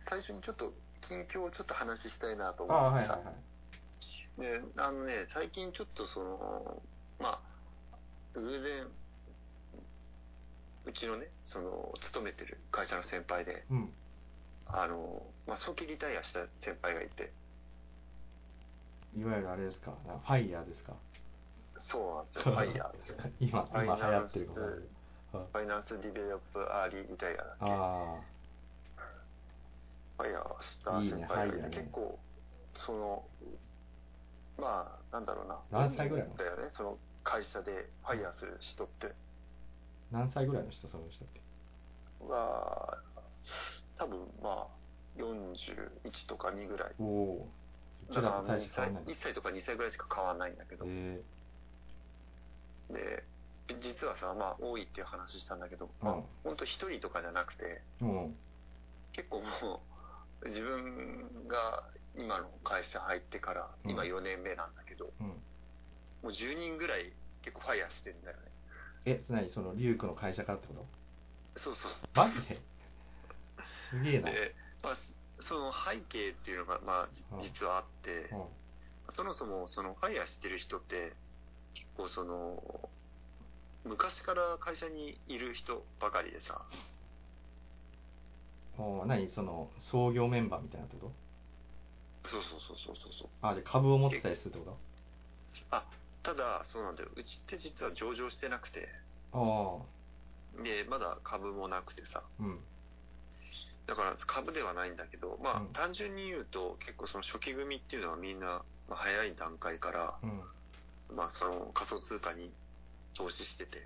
[SPEAKER 2] 最初にちょっと、近況をちょっと話したいなと
[SPEAKER 1] あ
[SPEAKER 2] 思
[SPEAKER 1] あ
[SPEAKER 2] っ
[SPEAKER 1] は
[SPEAKER 2] て
[SPEAKER 1] いは
[SPEAKER 2] さ
[SPEAKER 1] いはい。
[SPEAKER 2] で、あのね、最近ちょっとその、まあ、偶然、うちのね、その、勤めてる会社の先輩で、
[SPEAKER 1] うん
[SPEAKER 2] あの、まあ、早期リタイアした先輩がいて、
[SPEAKER 1] いわゆるあれですかなんかファイヤーですか
[SPEAKER 2] そうなんで すよ、ファイヤーって。
[SPEAKER 1] 今
[SPEAKER 2] フ
[SPEAKER 1] 今
[SPEAKER 2] ァイ
[SPEAKER 1] 流
[SPEAKER 2] ナ
[SPEAKER 1] 行
[SPEAKER 2] ン
[SPEAKER 1] って
[SPEAKER 2] ス、
[SPEAKER 1] ること
[SPEAKER 2] ファイナンスディベロップアーリーリタイアだっけ
[SPEAKER 1] あ
[SPEAKER 2] ファイヤーした
[SPEAKER 1] い
[SPEAKER 2] 先輩がい
[SPEAKER 1] いねファイヤー
[SPEAKER 2] て、
[SPEAKER 1] ね
[SPEAKER 2] 結構、その、まあ、なんだろうな。
[SPEAKER 1] 何歳ぐらいの
[SPEAKER 2] だよね、その会社でファイヤーする人って。
[SPEAKER 1] あ何歳ぐらいの人その人って
[SPEAKER 2] は、多分まあ、41とか2ぐらい。
[SPEAKER 1] おおー
[SPEAKER 2] だ
[SPEAKER 1] 一
[SPEAKER 2] か
[SPEAKER 1] だと
[SPEAKER 2] ら
[SPEAKER 1] 大
[SPEAKER 2] 2
[SPEAKER 1] して変
[SPEAKER 2] 歳
[SPEAKER 1] わんない
[SPEAKER 2] 1歳とか2歳ぐらいしか変わらないんだけど、
[SPEAKER 1] え
[SPEAKER 2] で、実はさ、まあ、多いっていう話したんだけど、
[SPEAKER 1] うん
[SPEAKER 2] まあ、ほんと1人とかじゃなくて、
[SPEAKER 1] ー、も
[SPEAKER 2] 結構もう、自分が今の会社入ってから、今
[SPEAKER 1] うん
[SPEAKER 2] 4年目なんだけど、
[SPEAKER 1] う、うん、
[SPEAKER 2] もう10人ぐらい結構ファイヤーしてんだよね。
[SPEAKER 1] えつまりそのリュウクの会社からってこと
[SPEAKER 2] そうそう。
[SPEAKER 1] マジ ですげえな、
[SPEAKER 2] で、まあ、その背景っていうのが、まあ、じ
[SPEAKER 1] うん
[SPEAKER 2] 実はあって、
[SPEAKER 1] うん
[SPEAKER 2] そもそもそのファイヤーしてる人って結構その昔から会社にいる人ばかりでさ
[SPEAKER 1] おー何その創業メンバーみたいなってこ
[SPEAKER 2] そうそうそうそうそうそう
[SPEAKER 1] とあで株を持ってたりするってこ
[SPEAKER 2] ただそうなんだようちって実は上場してなくて
[SPEAKER 1] と
[SPEAKER 2] でまだ株もなくて
[SPEAKER 1] あ
[SPEAKER 2] さ
[SPEAKER 1] あうん
[SPEAKER 2] だから株ではないんだけどまあ、
[SPEAKER 1] うん
[SPEAKER 2] 単純に言うと結構その初期組っていうのはみんな、まあ、早い段階から、
[SPEAKER 1] うん
[SPEAKER 2] まあ、その仮想通貨に投資してて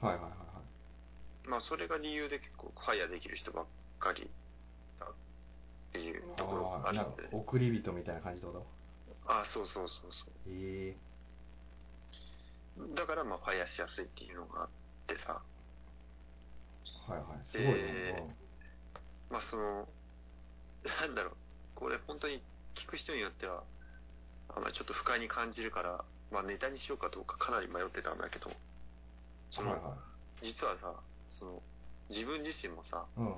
[SPEAKER 1] はいはいはいはい
[SPEAKER 2] まあそれが理由で結構ファイヤーできる人ばっかりだっていうところ
[SPEAKER 1] あ
[SPEAKER 2] があ
[SPEAKER 1] あ
[SPEAKER 2] る
[SPEAKER 1] なんん
[SPEAKER 2] で
[SPEAKER 1] か送り人みたいな感じってこと
[SPEAKER 2] あそうそうそうそ
[SPEAKER 1] ええ
[SPEAKER 2] うだからまあファイヤーしやすいっていうのがあってさ
[SPEAKER 1] はいはいすごいね、
[SPEAKER 2] えまあそのなんだろうこれ本当に聞く人によってはあまりちょっと不快に感じるから、まあ、ネタにしようかどうかかなり迷ってたんだけどそ
[SPEAKER 1] うん、
[SPEAKER 2] の、
[SPEAKER 1] はいは
[SPEAKER 2] 実はさその自分自身もさ
[SPEAKER 1] いうん
[SPEAKER 2] あの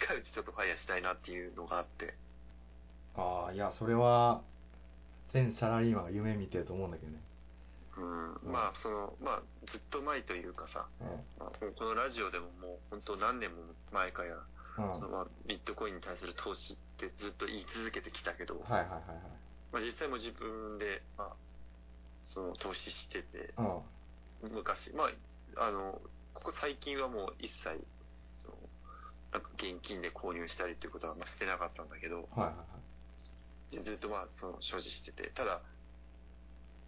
[SPEAKER 2] 近いうちちょっとファイヤーしたいなっていうのがあって
[SPEAKER 1] ああいやそれは全サラリーマンが夢見てると思うんだけどね、
[SPEAKER 2] うん、まあそのまあずっと前というかさ、
[SPEAKER 1] う
[SPEAKER 2] まあこのラジオでももう本当何年も前から
[SPEAKER 1] んうん、
[SPEAKER 2] そのまあビットコインに対する投資ってずっと言い続けてきたけど、
[SPEAKER 1] はいはいはい
[SPEAKER 2] まあ、実際も自分で、まあ、その投資してて
[SPEAKER 1] はい
[SPEAKER 2] 昔、まあ、あのここ最近はもう一切そのなんか現金で購入したりということはまあしてなかったんだけど
[SPEAKER 1] うんはいはいはい
[SPEAKER 2] ずっとまあその所持しててただ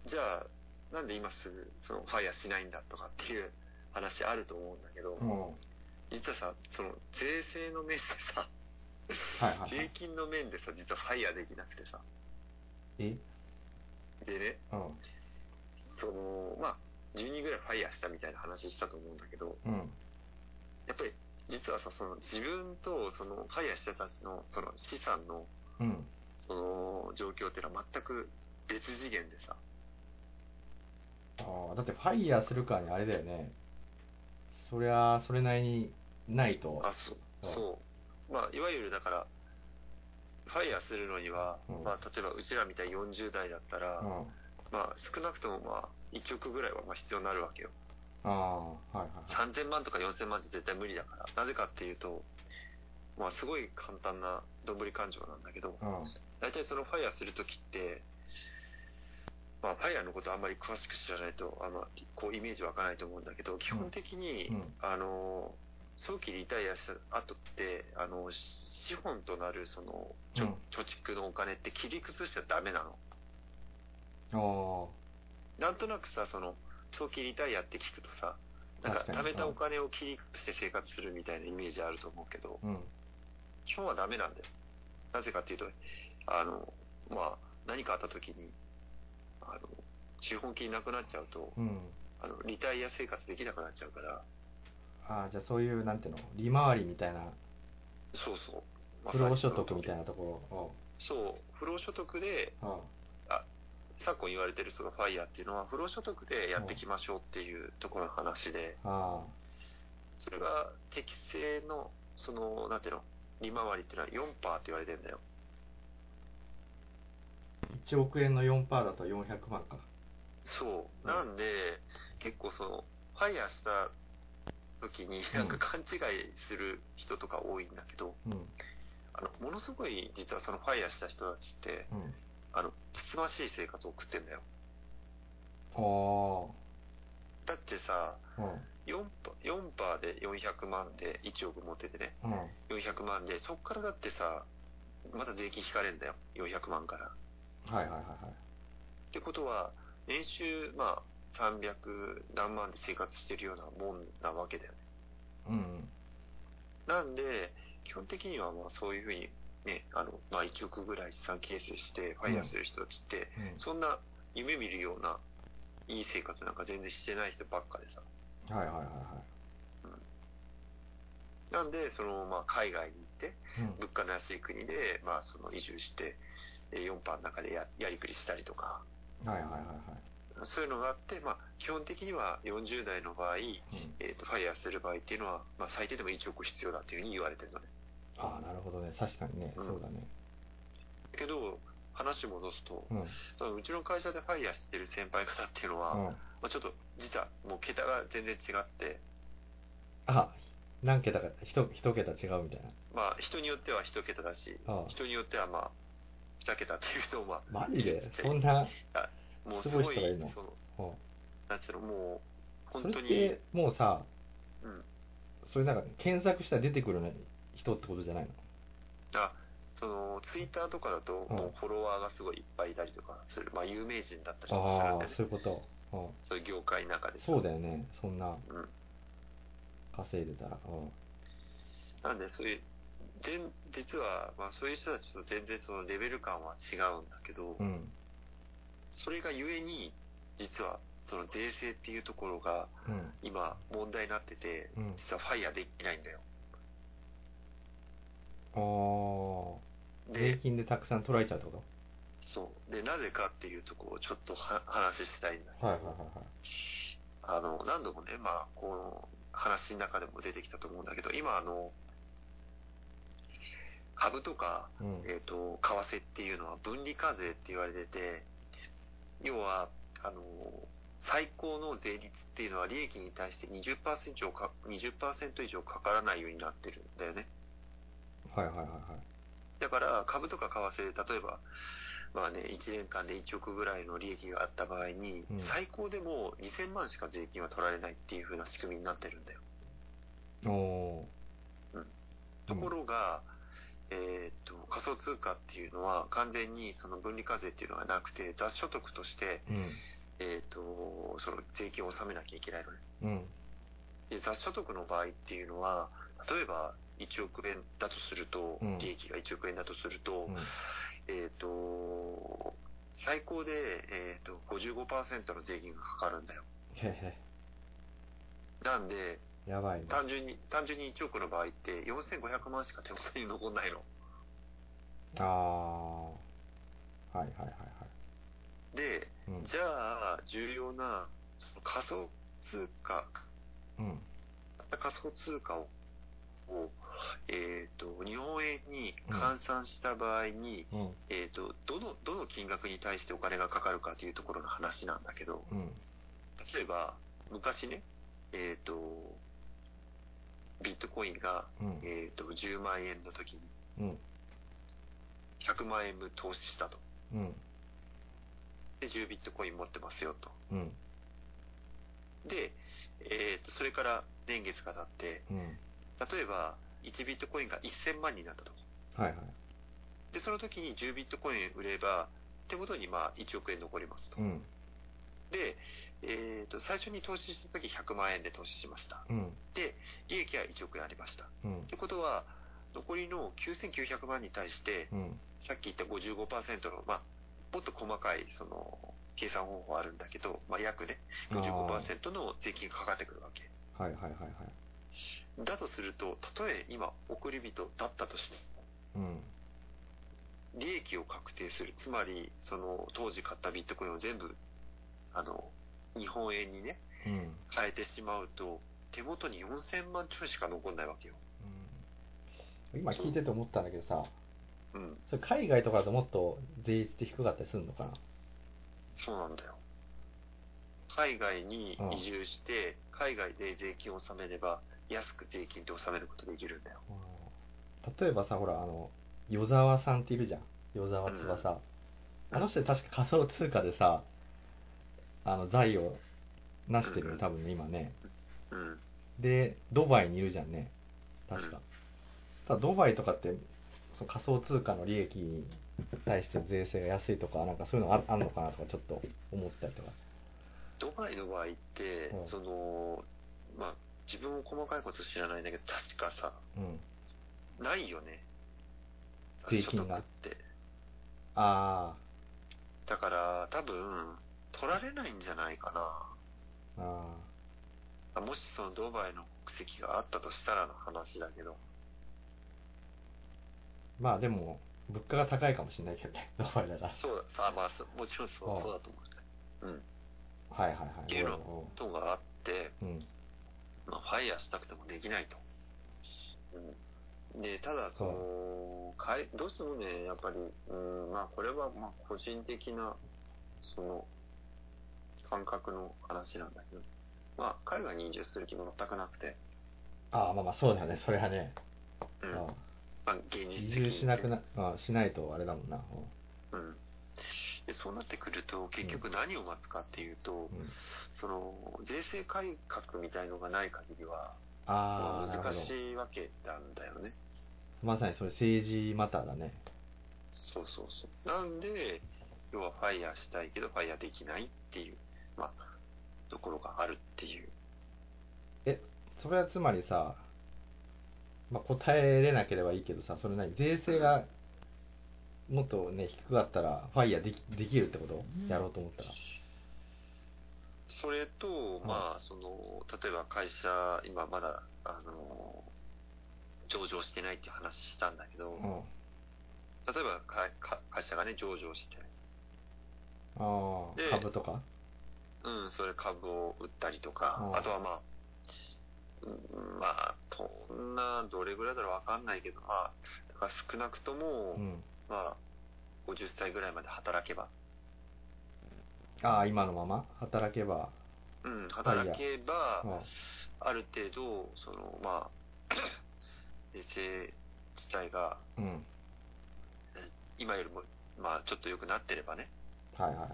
[SPEAKER 2] じゃあなんで今すぐそのファイヤーしないんだとかっていう話あると思うんだけど、
[SPEAKER 1] うんは
[SPEAKER 2] 実はさその税制の面でさ
[SPEAKER 1] いはいは
[SPEAKER 2] 税
[SPEAKER 1] い
[SPEAKER 2] 金の面でさ実はファイヤーできなくてさ
[SPEAKER 1] え
[SPEAKER 2] でね
[SPEAKER 1] うん
[SPEAKER 2] そその、まあ、10人ぐらいファイヤーしたみたいな話したと思うんだけど、
[SPEAKER 1] うん。
[SPEAKER 2] やっぱり実はさ、その自分とそのファイヤーした人たちのその資産の
[SPEAKER 1] うん。
[SPEAKER 2] その状況っていうのは全く別次元でさ、
[SPEAKER 1] ああ、だってファイヤーするからにあれだよね。そりゃ、それなりにないと。
[SPEAKER 2] あ、そう、
[SPEAKER 1] うん
[SPEAKER 2] そう。まあ、いわゆるだから、ファイヤーするのには、
[SPEAKER 1] うん
[SPEAKER 2] まあ、例えばうちらみたいに40代だったら、
[SPEAKER 1] うん。あ
[SPEAKER 2] まあ、少なくともまあ、1億ぐらいはまあ必要になるわけよ。
[SPEAKER 1] あ、はいはいはい。
[SPEAKER 2] 3000万とか4000万じゃ絶対無理だから。なぜかっていうと、まあ、すごい簡単などんぶり勘定なんだけど、
[SPEAKER 1] うん。
[SPEAKER 2] 大体そのファイヤーするときって、まあ、ファイヤーのことあんまり詳しく知らないと、あの、こうイメージ湧かないと思うんだけど、基本的に、
[SPEAKER 1] うん。
[SPEAKER 2] あの、早期リタイアした後って、あの、資本となる、その、ちょ
[SPEAKER 1] うん
[SPEAKER 2] 貯蓄のお金って切り崩しちゃダメなの。
[SPEAKER 1] あ
[SPEAKER 2] なんとなくさ、その、早期リタイアって聞くとさ、なんか
[SPEAKER 1] 確か
[SPEAKER 2] 貯
[SPEAKER 1] に
[SPEAKER 2] めたお金を切り崩して生活するみたいなイメージあると思うけど、
[SPEAKER 1] あ、うん。
[SPEAKER 2] 基本はダメなんだよ。なぜかっていうと、あの、まあ、何かあった時に、あの、資本金なくなっちゃうと、
[SPEAKER 1] うん。
[SPEAKER 2] あの、リタイア生活できなくなっちゃうから、
[SPEAKER 1] ああ、じゃあそういう、なんていうの、利回りみたいな、
[SPEAKER 2] そうそう。ま
[SPEAKER 1] 不労所
[SPEAKER 2] さっき
[SPEAKER 1] 得
[SPEAKER 2] の
[SPEAKER 1] みたいなところを。
[SPEAKER 2] そう、不労所得で、
[SPEAKER 1] ああ
[SPEAKER 2] 昨今言われてるそのファイヤーっていうのは、不労所得でやっていきましょうっていうところの話で、
[SPEAKER 1] あ
[SPEAKER 2] それが適正の、その、なんていうの、利回りっていうのは4%って言われてんだよ。
[SPEAKER 1] あ、1億円の4%だと400万か。
[SPEAKER 2] そう。
[SPEAKER 1] うん
[SPEAKER 2] なんで、結構その、ファイヤーした時に
[SPEAKER 1] ん
[SPEAKER 2] なんか勘違いする人とか多いんだけど、
[SPEAKER 1] うん。
[SPEAKER 2] あの、ものすごい実はそのファイヤーした人たちって、
[SPEAKER 1] うん。
[SPEAKER 2] あの、つつましい生活を送ってんだよ。
[SPEAKER 1] あ
[SPEAKER 2] だってさ、
[SPEAKER 1] あ、
[SPEAKER 2] 4%, 4%で400万で1億持っててね。
[SPEAKER 1] うん。うん。
[SPEAKER 2] 400万で、そっからだってさ、また税金引かれんだよ、400万から。っ
[SPEAKER 1] はいはいはいはい。
[SPEAKER 2] てことは、年収、まあ、300何万で生活してるようなもんなわけだよね。
[SPEAKER 1] うん。
[SPEAKER 2] なんで、基本的にはまあそういうふうに、ね、あの、まあ1億ぐらい資産形成して、ファイヤーする人たちって、
[SPEAKER 1] うん。
[SPEAKER 2] そんな夢見るような、いい生活なんか全然してない人ばっかでさ。
[SPEAKER 1] はいはいはいは
[SPEAKER 2] なんで、その、まあ海外に行って、
[SPEAKER 1] い。うん。
[SPEAKER 2] 物価の安い国で、まあその移住して、えー4パーの中でややりくりしたりとか、
[SPEAKER 1] はいはいはいは
[SPEAKER 2] そういうのがあって、まあ、基本的には40代の場合、
[SPEAKER 1] い。うん。
[SPEAKER 2] えー、とファイヤーする場合っていうのは、まあ、最低でも1億必要だっていうふうに言われてるのね。
[SPEAKER 1] ああ、なるほどね。確かにね。
[SPEAKER 2] うん
[SPEAKER 1] そうだね。
[SPEAKER 2] だけど、話戻すと
[SPEAKER 1] う、ん。うん。
[SPEAKER 2] そのうちの会社でファイヤーしてる先輩方っていうのは、ま
[SPEAKER 1] あ
[SPEAKER 2] あ、ちょっと実はもう桁が全然違って、
[SPEAKER 1] 何桁か、ひと一桁違うみたい
[SPEAKER 2] まあ、人によっては1桁だし、
[SPEAKER 1] な。ああ。
[SPEAKER 2] 人によってはまあ、2桁っていう人も、
[SPEAKER 1] マ
[SPEAKER 2] ま
[SPEAKER 1] ジで
[SPEAKER 2] ちっちゃい
[SPEAKER 1] そんな、
[SPEAKER 2] あ、もうすご
[SPEAKER 1] す
[SPEAKER 2] い、
[SPEAKER 1] ごい人がいるの
[SPEAKER 2] その、
[SPEAKER 1] うん
[SPEAKER 2] なんつうの、もう、
[SPEAKER 1] それ
[SPEAKER 2] 本当
[SPEAKER 1] っ
[SPEAKER 2] に
[SPEAKER 1] て、、もうさ、
[SPEAKER 2] うん、
[SPEAKER 1] それなんか、検索したら出てくるね人ってことじゃないの
[SPEAKER 2] あその、ツイッターとかだと、
[SPEAKER 1] うん
[SPEAKER 2] もうフォロワーがすごいいっぱいいたりとかする、まあ、有名人だったりとかするん
[SPEAKER 1] あ
[SPEAKER 2] だ
[SPEAKER 1] あ
[SPEAKER 2] よね、。
[SPEAKER 1] そういうこと。うん。
[SPEAKER 2] そういう業界の中でさ
[SPEAKER 1] そうだよね。そんな
[SPEAKER 2] うん、
[SPEAKER 1] 稼いでたら。うん。
[SPEAKER 2] なんでそういう全実は、まあ、そういう人たちと全然そのレベル感は違うんだけど、
[SPEAKER 1] うん。
[SPEAKER 2] それがゆえに実はその税制っていうところが
[SPEAKER 1] うん。
[SPEAKER 2] 今問題になってて
[SPEAKER 1] うん。
[SPEAKER 2] 実はファイヤーできないんだよ
[SPEAKER 1] ああ。税
[SPEAKER 2] で
[SPEAKER 1] 金でたくさん取られちゃうってこ
[SPEAKER 2] そうでなぜかっていうところをちょっとは話したいんだ
[SPEAKER 1] とはいはいはいはい。
[SPEAKER 2] あの何度もねまあこの話の中でも出てきたと思うんだけど今あの株とか
[SPEAKER 1] うん。
[SPEAKER 2] えー、と為替っていうのは分離課税って言われてて要はあの最高の税率っていうのは利益に対して20%以上か ,20 以上かからないようになってるんだよね
[SPEAKER 1] はいはいはいはい。
[SPEAKER 2] だから株とか為替例えばまあね1年間で1億ぐらいの利益があった場合に、
[SPEAKER 1] うん
[SPEAKER 2] 最高でも2000万しか税金は取られないっていう風な仕組みになってるんだよ
[SPEAKER 1] おお
[SPEAKER 2] うん。
[SPEAKER 1] う
[SPEAKER 2] と
[SPEAKER 1] ん
[SPEAKER 2] ころが、えー、と仮想通貨っていうのは完全にその分離課税っていうのがなくて雑所得として
[SPEAKER 1] うん。
[SPEAKER 2] えー、とその税金を納めなきゃいけないのね。
[SPEAKER 1] うん。
[SPEAKER 2] で雑所得の場合っていうのは例えば1億円だとすると、
[SPEAKER 1] うん
[SPEAKER 2] 利益が1億円だとすると,、
[SPEAKER 1] うん
[SPEAKER 2] えー、と最高で、えー、と55%の税金がかかるんだよ。
[SPEAKER 1] へへ。
[SPEAKER 2] なんで、
[SPEAKER 1] やばいね。
[SPEAKER 2] 単純に、単純に1億の場合って4500万しか手元に残んないの。
[SPEAKER 1] ああ。はいはいはいはい。
[SPEAKER 2] で、
[SPEAKER 1] うん。
[SPEAKER 2] じゃあ、重要な、その仮想通貨、
[SPEAKER 1] うん。
[SPEAKER 2] 仮想通貨を、をえっ、と、日本円に換算した場合に、
[SPEAKER 1] うん。
[SPEAKER 2] えっ、と、どの、どの金額に対してお金がかかるかというところの話なんだけど、
[SPEAKER 1] うん。
[SPEAKER 2] 例えば、昔ね、えっ、と、ビットコインが、
[SPEAKER 1] うん。
[SPEAKER 2] えっ、と、10万円の時に
[SPEAKER 1] うん。
[SPEAKER 2] 100万円分投資したと。
[SPEAKER 1] うん。
[SPEAKER 2] で、10ビットコイン持ってますよと。
[SPEAKER 1] うん。
[SPEAKER 2] で、えっ、と、それから年月が経って、
[SPEAKER 1] うん。
[SPEAKER 2] 例えば、1ビットコインが1000万になったと。
[SPEAKER 1] はいはい。
[SPEAKER 2] で、その時に10ビットコイン売れば、手元にまあ1億円残りますと
[SPEAKER 1] う。ん。
[SPEAKER 2] で、えっ、と、最初に投資した時100万円で投資しました。
[SPEAKER 1] うん。
[SPEAKER 2] で、利益は1億円ありました。っ
[SPEAKER 1] うん。
[SPEAKER 2] てことは、残りの9900万に対して、
[SPEAKER 1] うん。
[SPEAKER 2] さっき言った55%の、まあ、もっと細かい、その、計算方法あるんだけど、まあ、約ね、
[SPEAKER 1] あー
[SPEAKER 2] 55%の税金がかかってくるわけ。
[SPEAKER 1] はいはいはいはい。
[SPEAKER 2] だとすると、たとえ今、送り人だったとして、
[SPEAKER 1] うん。
[SPEAKER 2] 利益を確定する。つまり、その、当時買ったビットコインを全部、あの、日本円にね、
[SPEAKER 1] うん。
[SPEAKER 2] 変えてしまうと、手元に4000万ちょいしか残んないわけよ。
[SPEAKER 1] うん今聞いてて思ったんだけどさ、
[SPEAKER 2] うん。
[SPEAKER 1] それ海外とかだともっと税率って低かったりするのかな
[SPEAKER 2] そうなんだよ。海外に移住して、海外で税金を納めれば、安く税金って納めることできるんだよ。
[SPEAKER 1] うん例えばさ、ほら、あの、与沢さんっているじゃん。与沢翼。あの人確か仮想通貨でさ、あの、財を成してるよ、多分ね、今ね。
[SPEAKER 2] うん。
[SPEAKER 1] で、ドバイにいるじゃんね。確か。ただ、ドバイとかって、その仮想通貨の利益に対して税制が安いとか、なんかそういうのああんのかなとか、ちょっと思ったりとか。
[SPEAKER 2] ドバイの場合って、
[SPEAKER 1] うん
[SPEAKER 2] その、まあ、自分も細かいこと知らないんだけど、確かさ、
[SPEAKER 1] うん。
[SPEAKER 2] ないよね。
[SPEAKER 1] 税金が
[SPEAKER 2] 所得って。
[SPEAKER 1] あ
[SPEAKER 2] だから、多分、取られないんじゃないかな
[SPEAKER 1] あ、あ。
[SPEAKER 2] あもしそのドバイの国籍があったとしたらの話だけど、
[SPEAKER 1] ーまあでも、物価が高いかもしれないけどね、 ドバイだから。
[SPEAKER 2] そうだ、さあまあ、そもちろんそう
[SPEAKER 1] うん
[SPEAKER 2] そうだと思う。
[SPEAKER 1] はいはいはい。
[SPEAKER 2] っていうのとがあって、
[SPEAKER 1] うん。
[SPEAKER 2] まあ、ファイヤーしたくてもできないと。うん、で、ただ、その、かいどうしてもね、やっぱり、うん、まあ、これは、まあ、個人的な、その、感覚の話なんだけど、まあ、海外に移住する気も全くなくて、
[SPEAKER 1] ああ、まあまあ、そうだよね、それはね。
[SPEAKER 2] う
[SPEAKER 1] うん
[SPEAKER 2] ん、まあ、現実的
[SPEAKER 1] 移
[SPEAKER 2] に
[SPEAKER 1] 住しなくな、あしないとあれだもんな。うん
[SPEAKER 2] うん。で、そうなってくると、結局何を待つかっていうと、
[SPEAKER 1] うん
[SPEAKER 2] その、税制改革みたいのがない限りは、
[SPEAKER 1] ああ、なるほ
[SPEAKER 2] 難
[SPEAKER 1] ど。
[SPEAKER 2] しいわけなんだよね。
[SPEAKER 1] まさにそれ政治マターだね。
[SPEAKER 2] そうそうそう。なんで、要はファイヤーしたいけど、ファイヤーできないっていう、まあ、ところがあるっていう。
[SPEAKER 1] それはつまりさ、まあ、答えれなければいいけどさ、それ何税制がもっとね、低かったら、ファイヤーできできるってことやろうと思ったら。
[SPEAKER 2] それと、
[SPEAKER 1] うん
[SPEAKER 2] まあ、その、例えば会社、今まだ、あの、上場してないっていう話したんだけど、
[SPEAKER 1] うん。あ
[SPEAKER 2] 例えばかか会社がね、上場して、
[SPEAKER 1] あ
[SPEAKER 2] で
[SPEAKER 1] ー、株とか
[SPEAKER 2] うん、それ株を売ったりとか
[SPEAKER 1] う、ん
[SPEAKER 2] あとはまあ、うんまあ、どんな、どれぐらいだろうわかんないけど、まあ、だから少なくとも、
[SPEAKER 1] うん。
[SPEAKER 2] まあ、50歳ぐらいまで働けば、
[SPEAKER 1] ああ、今のまま働けば。
[SPEAKER 2] うん、働けば、
[SPEAKER 1] うん。
[SPEAKER 2] ある程度、その、まあ、 衛生自体が
[SPEAKER 1] うん。
[SPEAKER 2] 今よりも、まあ、ちょっと良くなってればね、
[SPEAKER 1] はいはいはいはい。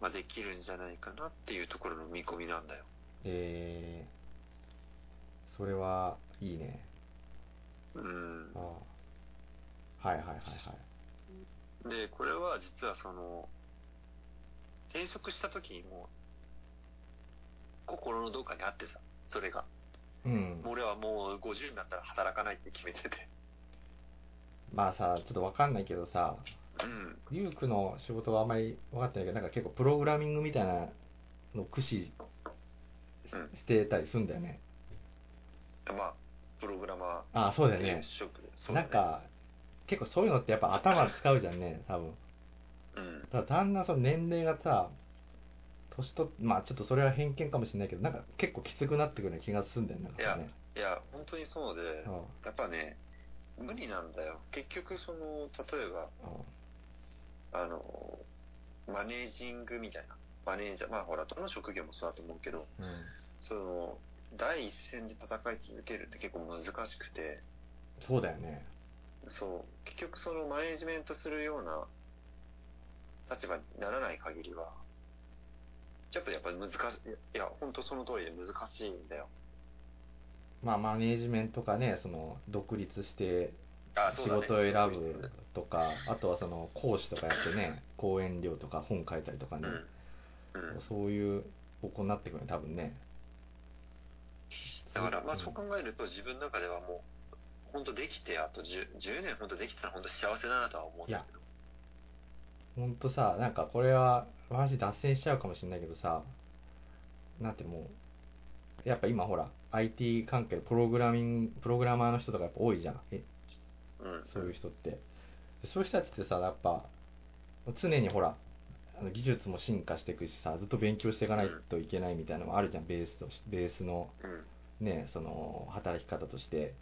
[SPEAKER 2] まあ、できるんじゃないかなっていうところの見込みなんだよ。
[SPEAKER 1] えー、それはいいね。
[SPEAKER 2] うん
[SPEAKER 1] あ。あはいはいはいはい。
[SPEAKER 2] で、これは実はその、転職した時にも、心のどっかにあってさ、それが。
[SPEAKER 1] うん。
[SPEAKER 2] 俺はもう50になったら働かないって決めてて。
[SPEAKER 1] まあさ、ちょっとわかんないけどさ、
[SPEAKER 2] うん。
[SPEAKER 1] リュークの仕事はあんまり分かってないけど、なんか結構プログラミングみたいなのを駆使し
[SPEAKER 2] うん
[SPEAKER 1] してたりするんだよね。
[SPEAKER 2] まあ、プログラマ
[SPEAKER 1] ああ、そう
[SPEAKER 2] ー
[SPEAKER 1] だよね。
[SPEAKER 2] 職そうだ
[SPEAKER 1] なん
[SPEAKER 2] ね、
[SPEAKER 1] か、結構そういうのってやっぱ頭使うじゃんね、多 分。
[SPEAKER 2] うん。
[SPEAKER 1] ただだんだんその年齢がさ、年と、まあちょっとそれは偏見かもしれないけど、なんか結構きつくなってくるような気がするんだよね、なんかね。
[SPEAKER 2] いや、本当にそうで、
[SPEAKER 1] うんうん
[SPEAKER 2] やっぱね、無理なんだよ。結局、その、例えば、あの、マネージングみたいな。マネージャー、まあほら、どの職業もそうだと思うけど、
[SPEAKER 1] うん
[SPEAKER 2] その、第一線で戦い続けるって結構難しくて、
[SPEAKER 1] そうだよね。
[SPEAKER 2] そう、結局そのマネージメントするような立場にならない限りは、ちょっとやっぱ難しい、いや、本当その通りで難しいんだよ。
[SPEAKER 1] まあマネージメントかね、その独立して
[SPEAKER 2] あ、
[SPEAKER 1] 仕事を選ぶとか、あとはその講師とかやってね、講演料とか本書いたりとか
[SPEAKER 2] う
[SPEAKER 1] ね、
[SPEAKER 2] ん。うん。
[SPEAKER 1] そういう方向になってくるね、多分ね。
[SPEAKER 2] だから、まあ
[SPEAKER 1] うん
[SPEAKER 2] そう考えると自分の中ではもう、本当できて、あと 10, 10年本当できたら本当幸せだなとは思うんだけど。
[SPEAKER 1] ほんとさ、なんかこれは、話脱線しちゃうかもしれないけどさ、なんてもう、やっぱ今ほら、IT 関係、プログラミング、プログラマーの人とかやっぱ多いじゃん。え
[SPEAKER 2] うん。
[SPEAKER 1] そういう人って。そういう人たちってさ、やっぱ、常にほら、あの技術も進化していくしさ、ずっと勉強していかないといけないみたいなのもあるじゃん、ベースとしベースの
[SPEAKER 2] うん。
[SPEAKER 1] ね、その、働き方として。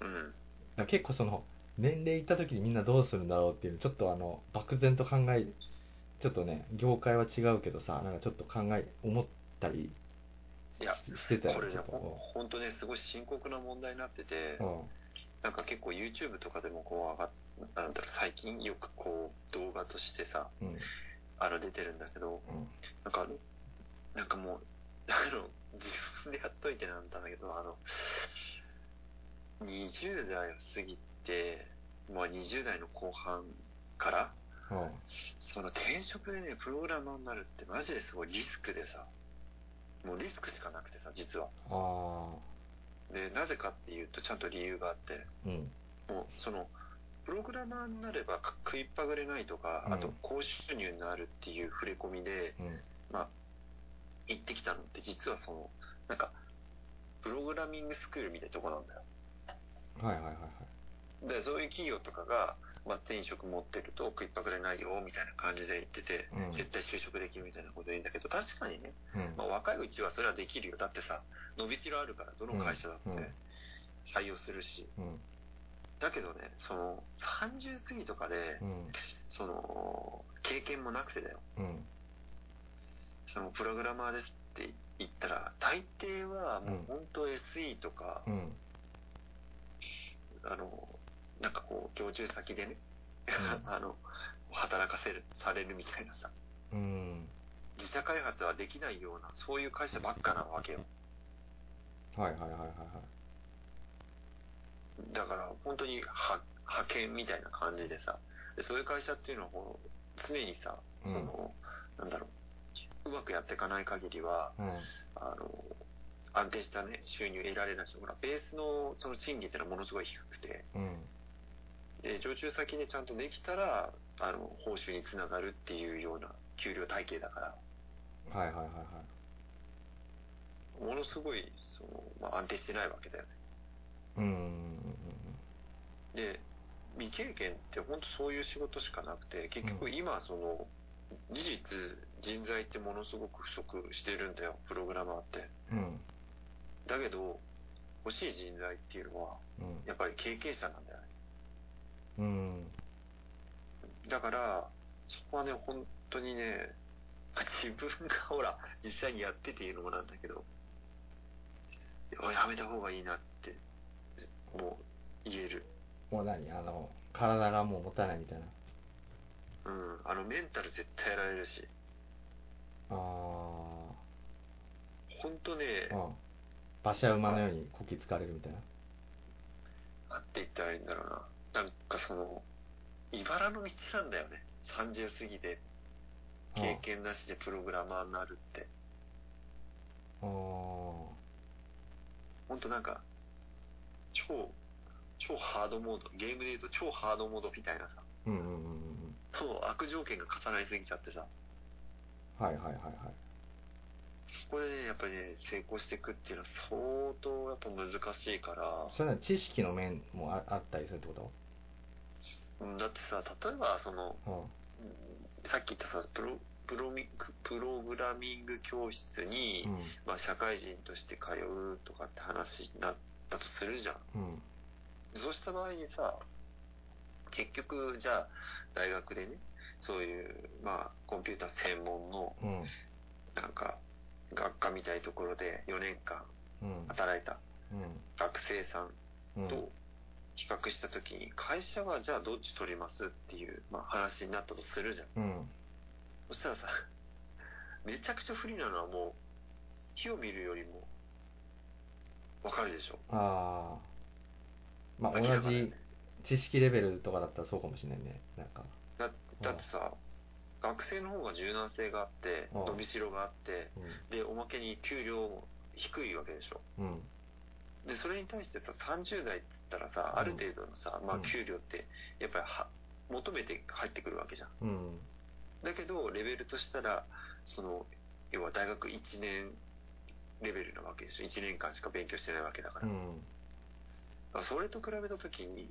[SPEAKER 2] うん。
[SPEAKER 1] だから結構その、年齢いった時にみんなどうするんだろうっていう、ちょっとあの、漠然と考え、ちょっとね、業界は違うけどさ、なんかちょっと考え、思ったり
[SPEAKER 2] いや、
[SPEAKER 1] ししてたよ
[SPEAKER 2] これね、
[SPEAKER 1] ちょっと
[SPEAKER 2] ほ本当ね、すごい深刻な問題になってて、
[SPEAKER 1] うん
[SPEAKER 2] なんか結構 YouTube とかでもこう上がっなんだろう、最近よくこう動画としてさ、
[SPEAKER 1] うん、
[SPEAKER 2] あの出てるんだけど、
[SPEAKER 1] うん。
[SPEAKER 2] なんかあの、なんかもう、 あの、自分でやっといてなんだけど、あの、20代を過ぎて、まあ20代の後半から、
[SPEAKER 1] うん。
[SPEAKER 2] その転職でね、プログラマーになるってマジですごいリスクでさ、もうリスクしかなくてさ、実は。
[SPEAKER 1] ああ
[SPEAKER 2] で、なぜかっていうとちゃんと理由があって、
[SPEAKER 1] ー、うん。
[SPEAKER 2] もうそのプログラマーになれば食いっぱぐれないとか、
[SPEAKER 1] うん
[SPEAKER 2] あと高収入になるっていう触れ込みで
[SPEAKER 1] うん。
[SPEAKER 2] 行ってきたのって実はそのなんかプログラミングスクールみたいなとこなんだよ
[SPEAKER 1] はいはいはいはい。
[SPEAKER 2] でそういう企業とかが、まあ、転職持ってると食いっぱぐれないよみたいな感じで言ってて、
[SPEAKER 1] うん
[SPEAKER 2] 絶対就職できるみたいなこと言うんだけど確かにね、
[SPEAKER 1] うん。
[SPEAKER 2] まあ、若いうちはそれはできるよだってさ伸びしろあるからどの会社だ
[SPEAKER 1] うんう
[SPEAKER 2] っ
[SPEAKER 1] ん
[SPEAKER 2] て採用するし、
[SPEAKER 1] うん。
[SPEAKER 2] だけどねその30過ぎとかで、
[SPEAKER 1] うん。
[SPEAKER 2] その経験もなくてだよ
[SPEAKER 1] うん。
[SPEAKER 2] そのプログラマーですって言ったら大抵はもう
[SPEAKER 1] うん
[SPEAKER 2] 本当 SE とか、
[SPEAKER 1] うん。
[SPEAKER 2] あのなんかこう常駐先でね、 あの働かせるされるみたいなさ
[SPEAKER 1] うん。
[SPEAKER 2] 自社開発はできないようなそういう会社ばっかなわけよ
[SPEAKER 1] はいはいはいはいはい。
[SPEAKER 2] だから本当には派遣みたいな感じでさでそういう会社っていうのはこう常にさその、なんだろううまくやっていかない限りは
[SPEAKER 1] うん。
[SPEAKER 2] あの、安定したね、収入得られないし、ほら、ベースのその賃金ってのはものすごい低くて、
[SPEAKER 1] うん。
[SPEAKER 2] で、常駐先でちゃんとできたら、あの、報酬につながるっていうような給料体系だから、
[SPEAKER 1] はいはいはいはい。
[SPEAKER 2] ものすごい、その、まあ、安定してないわけだよね。
[SPEAKER 1] うんうん。
[SPEAKER 2] で、未経験って本当そういう仕事しかなくて、結
[SPEAKER 1] う
[SPEAKER 2] 局今、その、事実、人材ってものすごく不足してるんだよ、プログラマーって。
[SPEAKER 1] うん。
[SPEAKER 2] だけど、欲しい人材っていうのは、やっぱり経験者なんだよね。
[SPEAKER 1] うん。うん。
[SPEAKER 2] だから、そこはね、本当にね、自分がほら、実際にやってていうのもなんだけど、いややめた方がいいなって、もう言える。
[SPEAKER 1] もう何あの、体がもう持たないみたいな。
[SPEAKER 2] うん。あの、メンタル絶対やられるし、
[SPEAKER 1] あ
[SPEAKER 2] 本当ね
[SPEAKER 1] あ、、うん。馬車馬のようにこき使われるみたいな。
[SPEAKER 2] なんて言ったらいいんだろうな。なんかその、茨の道なんだよね。30過ぎで経験なしでプログラマーになるって。
[SPEAKER 1] うん。あ
[SPEAKER 2] 本当なんか、超、超ハードモード、ゲームで言うと超ハードモードみたいなさ。
[SPEAKER 1] あ。うんうんうんうんうん。
[SPEAKER 2] そう、悪条件が重なりすぎちゃってさ、
[SPEAKER 1] はいはいはいはい。
[SPEAKER 2] そこでね、やっぱりね、成功していくっていうのは相当やっぱ難しいから、
[SPEAKER 1] それは知識の面もああったりするってこ
[SPEAKER 2] うんだってさ、例えばその、
[SPEAKER 1] と
[SPEAKER 2] うんさっき言ったさ、プロ、プロミプログラミング教室に、
[SPEAKER 1] うん。
[SPEAKER 2] まあ社会人として通うとかって話になったとするじゃん。
[SPEAKER 1] うん。うん。
[SPEAKER 2] そうした場合にさ、結局、じゃあ、大学でね、そういう、まあ、コンピューター専門の、
[SPEAKER 1] うん。
[SPEAKER 2] なんか、学科みたいなところで4年間
[SPEAKER 1] うん。
[SPEAKER 2] 働いた
[SPEAKER 1] う
[SPEAKER 2] 学生さん
[SPEAKER 1] ん。うん。
[SPEAKER 2] と比較したときに、会社はじゃあどっち取りますっていう、まあ、話になったとするじゃん。
[SPEAKER 1] うん。
[SPEAKER 2] そしたらさ、 めちゃくちゃ不利なのはもう、火を見るよりも、わかるでしょ。
[SPEAKER 1] ああ。まあ、
[SPEAKER 2] 明ら
[SPEAKER 1] 同
[SPEAKER 2] かだよ
[SPEAKER 1] じ
[SPEAKER 2] ね
[SPEAKER 1] 知識レベルとかだったらそうかもしれないね。なんか。
[SPEAKER 2] だだってさ、学生の方が柔軟性があって、
[SPEAKER 1] うん
[SPEAKER 2] 伸びしろがあって、
[SPEAKER 1] う
[SPEAKER 2] で、おまけに給料も低いわけでしょ。
[SPEAKER 1] ん。うん。
[SPEAKER 2] で、それに対してさ、30代って言ったらさ、ある程度のさ、ま
[SPEAKER 1] う
[SPEAKER 2] あ
[SPEAKER 1] ん
[SPEAKER 2] 給料って、やっぱりは、求めて入ってくるわけじゃん。
[SPEAKER 1] うん。
[SPEAKER 2] だけど、レベルとしたら、その、要は大学1年レベルなわけでしょ。1年間しか勉強してないわけだから
[SPEAKER 1] う。ん。
[SPEAKER 2] まあそれと比べたときに、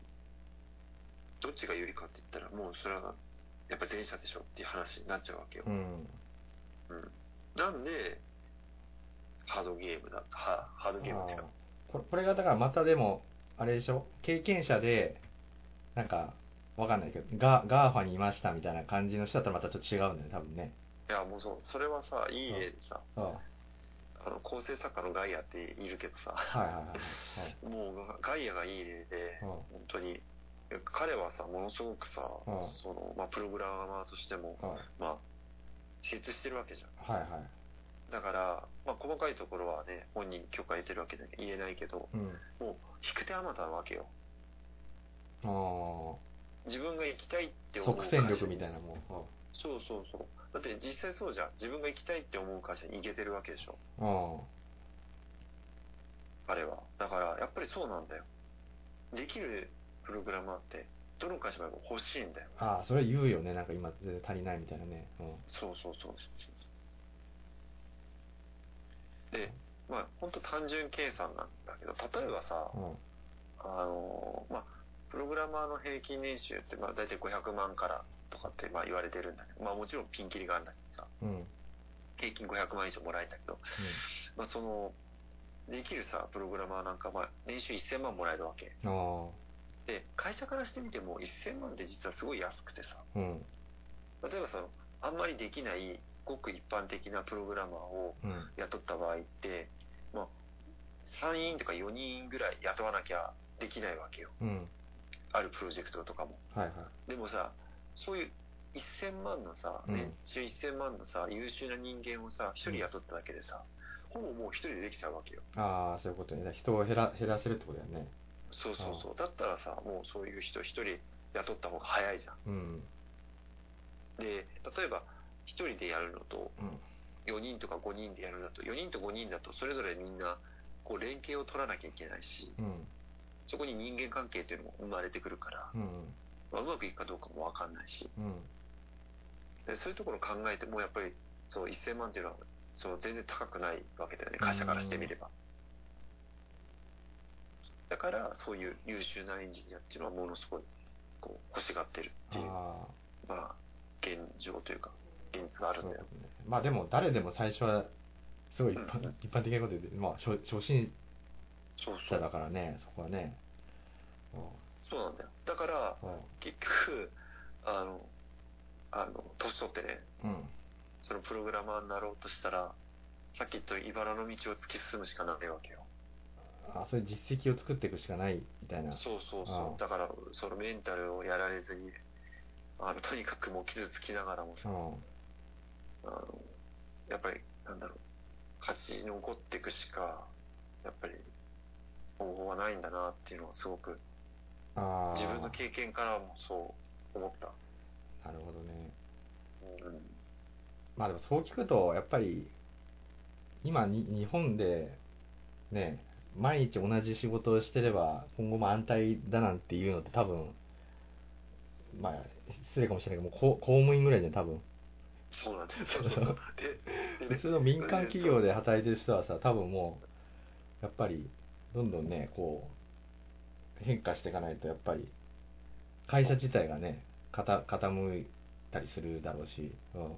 [SPEAKER 2] どっちが有利かって言ったら、もうそれは、やっぱ前者でしょっていう話になっちゃうわけよ
[SPEAKER 1] う。ん。
[SPEAKER 2] うん。なんで、ハードゲームだと、はハードゲームっていうか、
[SPEAKER 1] これこれがだからまたでも、あれでしょ経験者で、なんか、わかんないけど、ガガーファにいましたみたいな感じの人だったらまたちょっと違うんだよね、多分ね。
[SPEAKER 2] いやもうそう、それはさ、いい例でさ、
[SPEAKER 1] うん。はい
[SPEAKER 2] あの、構成作家のガイアっているけどさ、
[SPEAKER 1] はいはい
[SPEAKER 2] もうガガイアがいい例で、
[SPEAKER 1] はい。
[SPEAKER 2] 本当に、彼はさ、ものすごくさ、
[SPEAKER 1] うん
[SPEAKER 2] その、まあ、プログラマーとしても、
[SPEAKER 1] うん。うん
[SPEAKER 2] まあ、精通してるわけじゃん。
[SPEAKER 1] はいはい。
[SPEAKER 2] だから、まあ、細かいところはね、本人に許可得てるわけで言えないけど、
[SPEAKER 1] うん。
[SPEAKER 2] もう、引く手あまたなわけよ。
[SPEAKER 1] あ
[SPEAKER 2] 自分が行きたいって
[SPEAKER 1] あ、
[SPEAKER 2] 思う
[SPEAKER 1] 即
[SPEAKER 2] 会社
[SPEAKER 1] 戦
[SPEAKER 2] に
[SPEAKER 1] 力みたいなもん。
[SPEAKER 2] そうそうそう。だって実際そうじゃん。自分が行きたいって思う会社に行けてるわけでしょ。
[SPEAKER 1] うん。うん
[SPEAKER 2] 彼は。だから、やっぱりそうなんだよ。できるプログラマーって、どの会社も欲しいんだよ。
[SPEAKER 1] ああ、それ言うよね。なんか今全然足りないみたいなね。うん。
[SPEAKER 2] そうそうそうそうそう。で、まあ、ほんと単純計算なんだけど、例えばさ、
[SPEAKER 1] うん。
[SPEAKER 2] あのまあ、プログラマーの平均年収って、まあ、大体500万からとかって、まあ、言われてるんだけど、まあ、もちろんピンキリがあるんだけどさ、
[SPEAKER 1] うん。
[SPEAKER 2] 平均500万以上もらえるんだけど、まあ、その、できるさ、プログラマーなんか、まあ、年収1000万もらえるわけ。
[SPEAKER 1] うん。あ
[SPEAKER 2] で、会社からしてみても、1000万って実はすごい安くてさ、
[SPEAKER 1] あ。うん。
[SPEAKER 2] 例えばその、あんまりできない、ごく一般的なプログラマーを
[SPEAKER 1] うん。
[SPEAKER 2] 雇った場合って、まあ、3人とか4人ぐらい雇わなきゃできないわけよ。
[SPEAKER 1] うん。
[SPEAKER 2] あるプロジェクトとかも。
[SPEAKER 1] はいはい。
[SPEAKER 2] でもさ、そういう1000万のさ、
[SPEAKER 1] うん
[SPEAKER 2] 年収1000万のさ、優秀な人間をさ、一人雇っただけでさ、ほぼもう一人でできちゃうわけよ。
[SPEAKER 1] ああ、そういうことね。だから人を減ら減らせるってことだよね。
[SPEAKER 2] そうそうそう。だったらさ、もうそういう人一人雇った方が早いじゃ
[SPEAKER 1] うん。
[SPEAKER 2] ん。で、例えば、一人でやるのと、
[SPEAKER 1] うん。
[SPEAKER 2] 4人とか5人でやるのだと、4人と5人だと、それぞれみんな、こう、連携を取らなきゃいけないし、
[SPEAKER 1] うん。
[SPEAKER 2] そこに人間関係っていうのも生まれてくるから、
[SPEAKER 1] うん。
[SPEAKER 2] まあ、うまくいくかどうかもわかんないし、
[SPEAKER 1] うん。
[SPEAKER 2] でそういうところを考えてもやっぱりそう1000万っていうのはそう全然高くないわけだよね会社からしてみれば、だからそういう優秀なエンジニアっていうのはものすごいこう欲しがってるっていう
[SPEAKER 1] ああ。
[SPEAKER 2] まあ現状というか現実があるん
[SPEAKER 1] そう
[SPEAKER 2] だ
[SPEAKER 1] だ
[SPEAKER 2] よ
[SPEAKER 1] ね、まあでも誰でも最初はすごい一般,、
[SPEAKER 2] うん
[SPEAKER 1] 一般的なことで、まあ、初初心
[SPEAKER 2] そうそ
[SPEAKER 1] 者だ
[SPEAKER 2] う
[SPEAKER 1] からねそこはねうん
[SPEAKER 2] そうなんだよだから
[SPEAKER 1] う
[SPEAKER 2] 結局あのあの年取ってね
[SPEAKER 1] んうん
[SPEAKER 2] そのプログラマーになろうとしたらさっき言った茨の道を突き進むしかないわけよ
[SPEAKER 1] あそういう実績を作っていくしかないみたいな
[SPEAKER 2] そうそう
[SPEAKER 1] う
[SPEAKER 2] そ
[SPEAKER 1] ん
[SPEAKER 2] う。だから、そのメンタルをやられずに、あの、とにかくもう傷つきながらも
[SPEAKER 1] う
[SPEAKER 2] さ、
[SPEAKER 1] ん
[SPEAKER 2] あの、やっぱり、なんだろう、勝ち残っていくしか、やっぱり、方法はないんだなっていうのはすごく、
[SPEAKER 1] ああ
[SPEAKER 2] 自分の経験からもそう思った。
[SPEAKER 1] なるほどね
[SPEAKER 2] うん。
[SPEAKER 1] まあでもそう聞くとやっぱり今に日本でね毎日同じ仕事をしてれば今後も安泰だなんていうのって多分まあ、失礼かもしれないけど、もう公公務員ぐらいじゃん、多分。
[SPEAKER 2] そうなんだよ。 そうそ うそう。で、で
[SPEAKER 1] 普
[SPEAKER 2] ね
[SPEAKER 1] 通の民間企業で働いてる人はさ、多分もう、やっぱり、どんどんね、こう、変化していかないと、やっぱり、会社自体がね、かた傾いたりするだろうし、うん。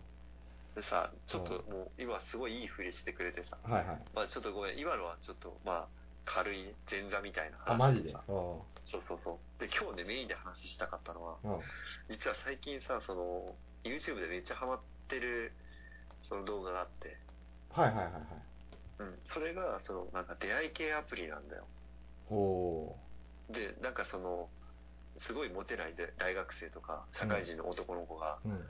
[SPEAKER 2] でさ、ちょっともう、今すごいいいふりしてくれてさ、
[SPEAKER 1] はいはい。
[SPEAKER 2] まあちょっとごめん、今のはちょっと、まあ、軽いね前座みたいな話。
[SPEAKER 1] あ、マジで。うん。
[SPEAKER 2] そうそうそう。で、今日ね、メインで話したかったのは、
[SPEAKER 1] うん。
[SPEAKER 2] 実は最近さ、その、YouTube でめっちゃハマってる、その動画があって、
[SPEAKER 1] はいはいはいはい。
[SPEAKER 2] うん。それが、その、なんか出会い系アプリなんだよ。
[SPEAKER 1] おお
[SPEAKER 2] で、なんかその、すごいモテないで大学生とか、社会人の男の子が、
[SPEAKER 1] ー。うん。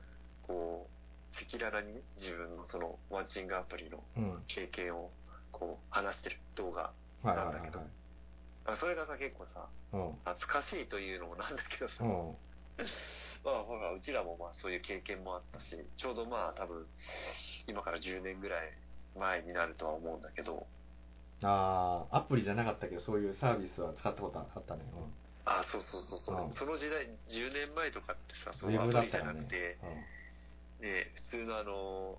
[SPEAKER 2] こう、赤裸々に自分のその、マッチングアプリの
[SPEAKER 1] うん。
[SPEAKER 2] 経験を、こう、話してる動画。
[SPEAKER 1] はいはいはい
[SPEAKER 2] なんだけ
[SPEAKER 1] はい。
[SPEAKER 2] あそれがさ、結構さ、
[SPEAKER 1] うん。
[SPEAKER 2] 懐かしいというのもなんだけどさ、
[SPEAKER 1] うん。
[SPEAKER 2] まあほら、うちらもまあそういう経験もあったし、ちょうどまあ多分、今から10年ぐらい前になるとは思うんだけど、
[SPEAKER 1] ああ、アプリじゃなかったけど、そういうサービスは使ったことあったね。
[SPEAKER 2] あそうそうそうそう、
[SPEAKER 1] うん
[SPEAKER 2] その時代、10年前とかってさ、
[SPEAKER 1] う
[SPEAKER 2] そ
[SPEAKER 1] ん。ウ
[SPEAKER 2] の
[SPEAKER 1] ェ
[SPEAKER 2] ア
[SPEAKER 1] ブ
[SPEAKER 2] プ
[SPEAKER 1] だっ
[SPEAKER 2] リじ
[SPEAKER 1] たよ
[SPEAKER 2] ゃなく
[SPEAKER 1] ね。
[SPEAKER 2] て、ね、普通のあの、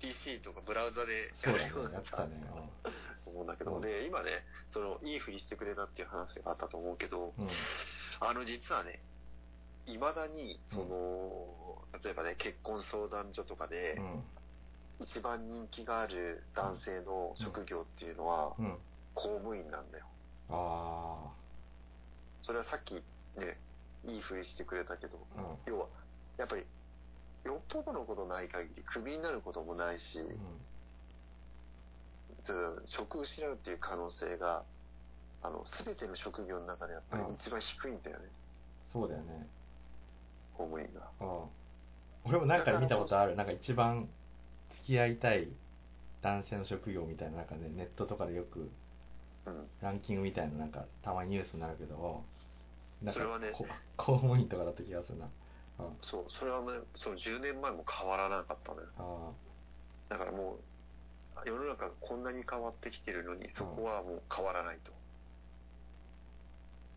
[SPEAKER 2] PC とかブラウザで
[SPEAKER 1] うん。そう
[SPEAKER 2] やるよ
[SPEAKER 1] だ
[SPEAKER 2] う
[SPEAKER 1] ね。や
[SPEAKER 2] な
[SPEAKER 1] って
[SPEAKER 2] さ
[SPEAKER 1] たね。
[SPEAKER 2] と思うんだけど、
[SPEAKER 1] うん
[SPEAKER 2] で、今ね、その、いいふりしてくれたっていう話があったと思うけど、
[SPEAKER 1] うん。うん。
[SPEAKER 2] あの、実はね、いまだに、その、例えばね、結婚相談所とかで、一番人気がある男性の職業っていうのは
[SPEAKER 1] うん。うん。
[SPEAKER 2] 公務員なんだよ。
[SPEAKER 1] あ
[SPEAKER 2] それはさっきね、いいふりしてくれたけど、
[SPEAKER 1] あ。うん。
[SPEAKER 2] 要は、やっぱり、よっぽどのことない限り、クビになることもないし、
[SPEAKER 1] う
[SPEAKER 2] ちょっと職を失うっていう可能性が、あの、すべての職業の中でやっぱり
[SPEAKER 1] うん
[SPEAKER 2] 一番低いんだよね、
[SPEAKER 1] ん。そうだよね。
[SPEAKER 2] 公務員が。
[SPEAKER 1] うん。俺もなんか見たことある。なんか一番付き合いたい男性の職業みたいな、なんかね、ネットとかでよく
[SPEAKER 2] うん。
[SPEAKER 1] ランキングみたいな、なんかたまにニュースになるけど、なんか
[SPEAKER 2] それはね
[SPEAKER 1] こ公務員とかだった気がするな。うん。あ
[SPEAKER 2] そう、それはね、その10年前も変わらなかったのよ。
[SPEAKER 1] あ。
[SPEAKER 2] だからもう、世の中がこんなに変わってきてるのに、そこはもう変わらないと。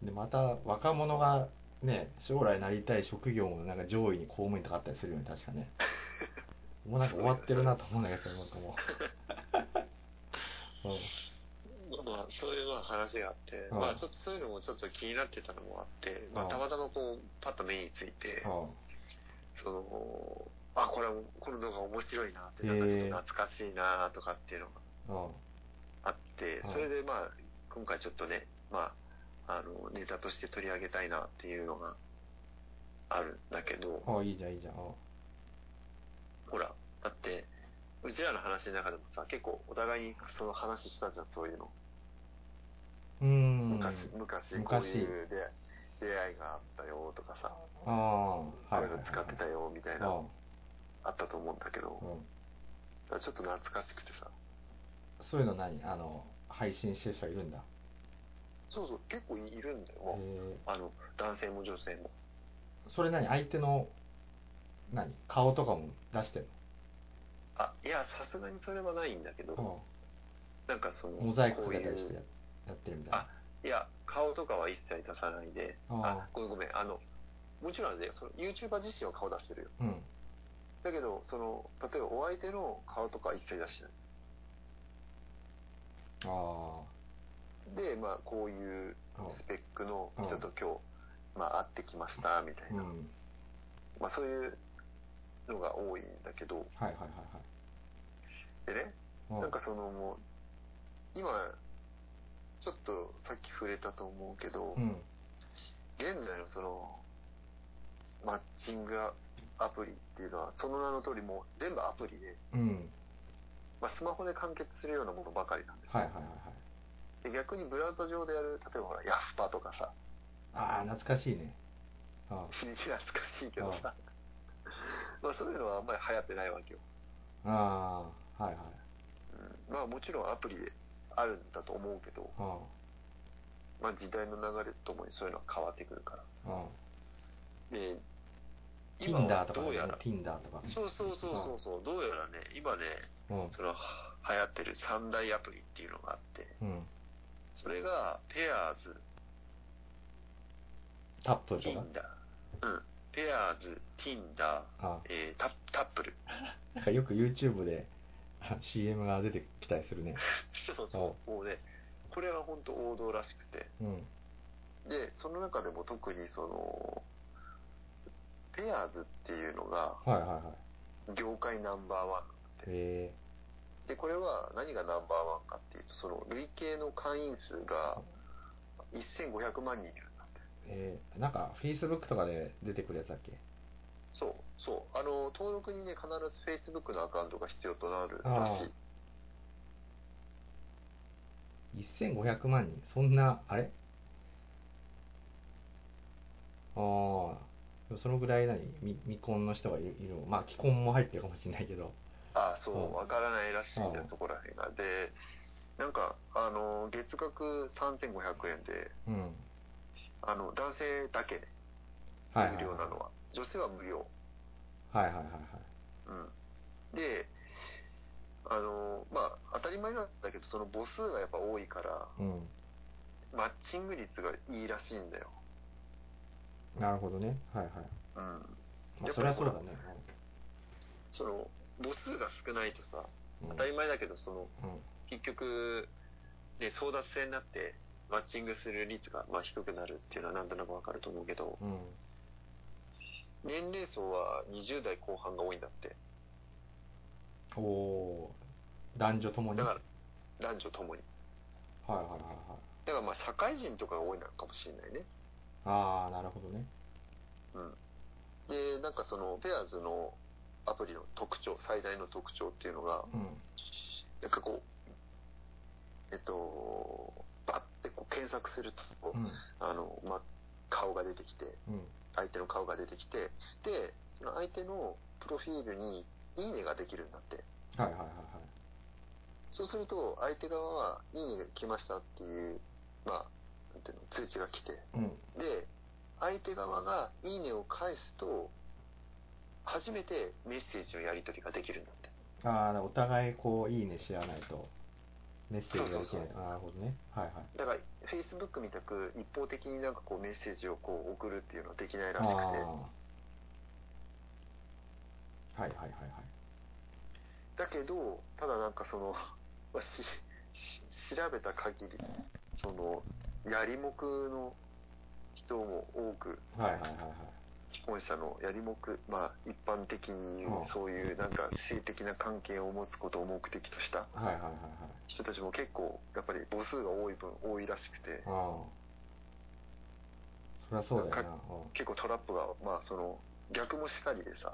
[SPEAKER 1] でまた若者がね将来なりたい職業もなんか上位に公務員とかあったりするよね確か ねもうなんか終わってるなと思うんだけどなんかも う、うん、
[SPEAKER 2] まあ、そういうまあ話があって、
[SPEAKER 1] うん
[SPEAKER 2] まあ、ちょっとそういうのもちょっと気になってたのもあって、まあ、
[SPEAKER 1] うん
[SPEAKER 2] たまたまこう、パッと目について、その、あ、これは、この動画面白いなっ
[SPEAKER 1] へ
[SPEAKER 2] て、な
[SPEAKER 1] ー
[SPEAKER 2] んかちょっと懐かしいなとかっていうの
[SPEAKER 1] う
[SPEAKER 2] が
[SPEAKER 1] ん、うん、
[SPEAKER 2] あって
[SPEAKER 1] うん、
[SPEAKER 2] それでまあ、今回ちょっとね、まあ、あの、ネタとして取り上げたいなっていうのがあるんだけど、
[SPEAKER 1] ああいいじゃんいいじゃん
[SPEAKER 2] ほら、だって、うちらの話の中でもさ、結構お互いにその話したじゃん、そういうの。
[SPEAKER 1] うんうーん
[SPEAKER 2] 昔、昔、こう
[SPEAKER 1] 昔
[SPEAKER 2] いう出会い出会いがあったよとかさ、
[SPEAKER 1] ああはい
[SPEAKER 2] こ
[SPEAKER 1] は
[SPEAKER 2] う
[SPEAKER 1] い
[SPEAKER 2] いう
[SPEAKER 1] はい
[SPEAKER 2] の使ってたよみたいな、
[SPEAKER 1] うん
[SPEAKER 2] あったと思うんだけど、
[SPEAKER 1] うん
[SPEAKER 2] ちょっと懐かしくてさ、
[SPEAKER 1] そういうの何あの配信してる人がいるんだ
[SPEAKER 2] そうそう、結構いるんだよ、
[SPEAKER 1] え
[SPEAKER 2] もうあの、男性も女性も。
[SPEAKER 1] ーそれ何相手の何顔とかも出してん
[SPEAKER 2] あ、いや、さすがにそれはないんだけど、
[SPEAKER 1] の、
[SPEAKER 2] なんかその、
[SPEAKER 1] うん、モザイク
[SPEAKER 2] こ
[SPEAKER 1] かけ
[SPEAKER 2] うい
[SPEAKER 1] たりして
[SPEAKER 2] う
[SPEAKER 1] や、やってるみたいない
[SPEAKER 2] や、顔とかは一切出さないで、
[SPEAKER 1] あ
[SPEAKER 2] あ、ごめんごめん、あの、もちろんね、その YouTuber 自身は顔出してるよ。
[SPEAKER 1] あうん
[SPEAKER 2] だけど、その、例えばお相手の顔とかは一切出してない。
[SPEAKER 1] ああ
[SPEAKER 2] で、まあ、こういうスペックの人と今日、まあ、会ってきました、みたいうな。
[SPEAKER 1] ん
[SPEAKER 2] まあ、そういうのが多いんだけど、
[SPEAKER 1] はいはいはい
[SPEAKER 2] でね、
[SPEAKER 1] はい。
[SPEAKER 2] なんかそのもう、今、ちょっとさっき触れたと思うけど、
[SPEAKER 1] うん、
[SPEAKER 2] 現在のその、マッチングアプリっていうのは、その名の通りもう全部アプリで、
[SPEAKER 1] うん、
[SPEAKER 2] まあ、スマホで完結するようなものばかりなんで
[SPEAKER 1] はいはいはいはい。
[SPEAKER 2] で逆にブラウザ上でやる、例えばほら、ヤフパとかさ、
[SPEAKER 1] ああ、懐かしいね。あ
[SPEAKER 2] 懐かしいけどさ、まあそういうのはあんまり流行ってないわけよ。
[SPEAKER 1] あ、ああはいはい。
[SPEAKER 2] うん、まあもちろんアプリであるんだと思うけど、
[SPEAKER 1] あ
[SPEAKER 2] まあ時代の流れとともにそういうのは変わってくるか
[SPEAKER 1] あ、ああ。
[SPEAKER 2] ら。で、今
[SPEAKER 1] Tinder
[SPEAKER 2] は
[SPEAKER 1] とか
[SPEAKER 2] どう
[SPEAKER 1] ね
[SPEAKER 2] やら、、
[SPEAKER 1] Tinder とか。
[SPEAKER 2] そうそうそうそうそう、どうやらね、今ね、
[SPEAKER 1] うん、
[SPEAKER 2] その流行ってる三大アプリっていうのがあって、
[SPEAKER 1] うん。
[SPEAKER 2] それがペアーズ、
[SPEAKER 1] タップルと
[SPEAKER 2] ティ
[SPEAKER 1] か
[SPEAKER 2] ン。ダペアーズ、Tinder、
[SPEAKER 1] あ
[SPEAKER 2] えー、タタップル。
[SPEAKER 1] なんかよく YouTube であ CM が出てきたりするね。
[SPEAKER 2] そうそう。もうね、これは本当王道らしくて。
[SPEAKER 1] うん。
[SPEAKER 2] で、その中でも特にその、ペアーズっていうのが
[SPEAKER 1] はいはいはい。
[SPEAKER 2] 業界ナンバーワン。
[SPEAKER 1] え
[SPEAKER 2] で、これは何がナンバーワンかっていうと、その累計の会員数が1500万人いる。
[SPEAKER 1] ー、えー、なんか Facebook とかで出てくるやつだっけ
[SPEAKER 2] そう、そう。あの、登録にね、必ず Facebook のアカウントが必要となるらしい。
[SPEAKER 1] ?1500 万人そんな、あれああ、でもそのぐらい何み未婚の人がいるいるまあ既婚も入ってるかもしれないけど。
[SPEAKER 2] ああ、そ
[SPEAKER 1] うん
[SPEAKER 2] う、わからないらしいんだよ
[SPEAKER 1] うん
[SPEAKER 2] そこら辺が。で、なんか、あの、月額3500円で、
[SPEAKER 1] うん。
[SPEAKER 2] あの、男性だけね、
[SPEAKER 1] はいはい、
[SPEAKER 2] 有料なのは。女性は無料。
[SPEAKER 1] はいはいはいはい。
[SPEAKER 2] うん。で、あの、まあ、当たり前なんだけど、その母数がやっぱ多いから、
[SPEAKER 1] うん。
[SPEAKER 2] マッチング率がいいらしいんだよ。
[SPEAKER 1] なるほどね。はいはい。
[SPEAKER 2] うん。
[SPEAKER 1] まあ、
[SPEAKER 2] や
[SPEAKER 1] そ
[SPEAKER 2] っぱ
[SPEAKER 1] れは
[SPEAKER 2] り
[SPEAKER 1] そうだね。
[SPEAKER 2] その、母数が少ないとさ、
[SPEAKER 1] うん
[SPEAKER 2] 当たり前だけど、その、
[SPEAKER 1] うん。
[SPEAKER 2] 結局、ね、争奪戦になって、マッチングする率がまあ低くなるっていうのはなんとなくわかると思うけど、
[SPEAKER 1] うん。
[SPEAKER 2] 年齢層は20代後半が多いんだって。
[SPEAKER 1] おおー男女ともに。
[SPEAKER 2] だ
[SPEAKER 1] はい
[SPEAKER 2] から、男女ともに。
[SPEAKER 1] はいはいはい。
[SPEAKER 2] だからまあ、社会人とかが多いのかもしれないね。
[SPEAKER 1] ああ、なるほどね。
[SPEAKER 2] で、なんかその、ペアーズのアプリの特徴、最大の特徴っていうのが、
[SPEAKER 1] うん。
[SPEAKER 2] なんかこう、えっと、バッてこう検索すると
[SPEAKER 1] う、ん。
[SPEAKER 2] あの、まあ、顔が出てきて、
[SPEAKER 1] うん。
[SPEAKER 2] 相手の顔が出てきて、で、その相手のプロフィールにいいねができるんだって。
[SPEAKER 1] はいはいはいはい。
[SPEAKER 2] そうすると、相手側は、いいねが来ましたっていう、まあ、なんていうの、通知が来て、
[SPEAKER 1] うん。
[SPEAKER 2] で、相手側がいいねを返すと、初めてメッセージのやり取りができるんだって。
[SPEAKER 1] ああ、お互いこう、いいねし合わないと、メッセージが受けない。
[SPEAKER 2] そうそう
[SPEAKER 1] あーなるほどね。はいはい。
[SPEAKER 2] だから、Facebook みたく一方的になんかこうメッセージをこう送るっていうのはできないら
[SPEAKER 1] あ
[SPEAKER 2] し
[SPEAKER 1] あ
[SPEAKER 2] くて、
[SPEAKER 1] ー。はいはいはいはい。
[SPEAKER 2] だけど、ただなんかその、 まあしし調べた限り、その、やりもくの人も多く、
[SPEAKER 1] はいはいはいはい。
[SPEAKER 2] 既婚者のやりもく、まあ一般的に言
[SPEAKER 1] うん
[SPEAKER 2] う、そういうなんか性的な関係を持つことを目的とした
[SPEAKER 1] はいはいはいはい。
[SPEAKER 2] 人たちも結構、やっぱり母数が多い分多いらしくて、
[SPEAKER 1] ああ。そりゃそうだよな。
[SPEAKER 2] か
[SPEAKER 1] うん
[SPEAKER 2] 結構トラップが、まあその、逆もしかりでさ、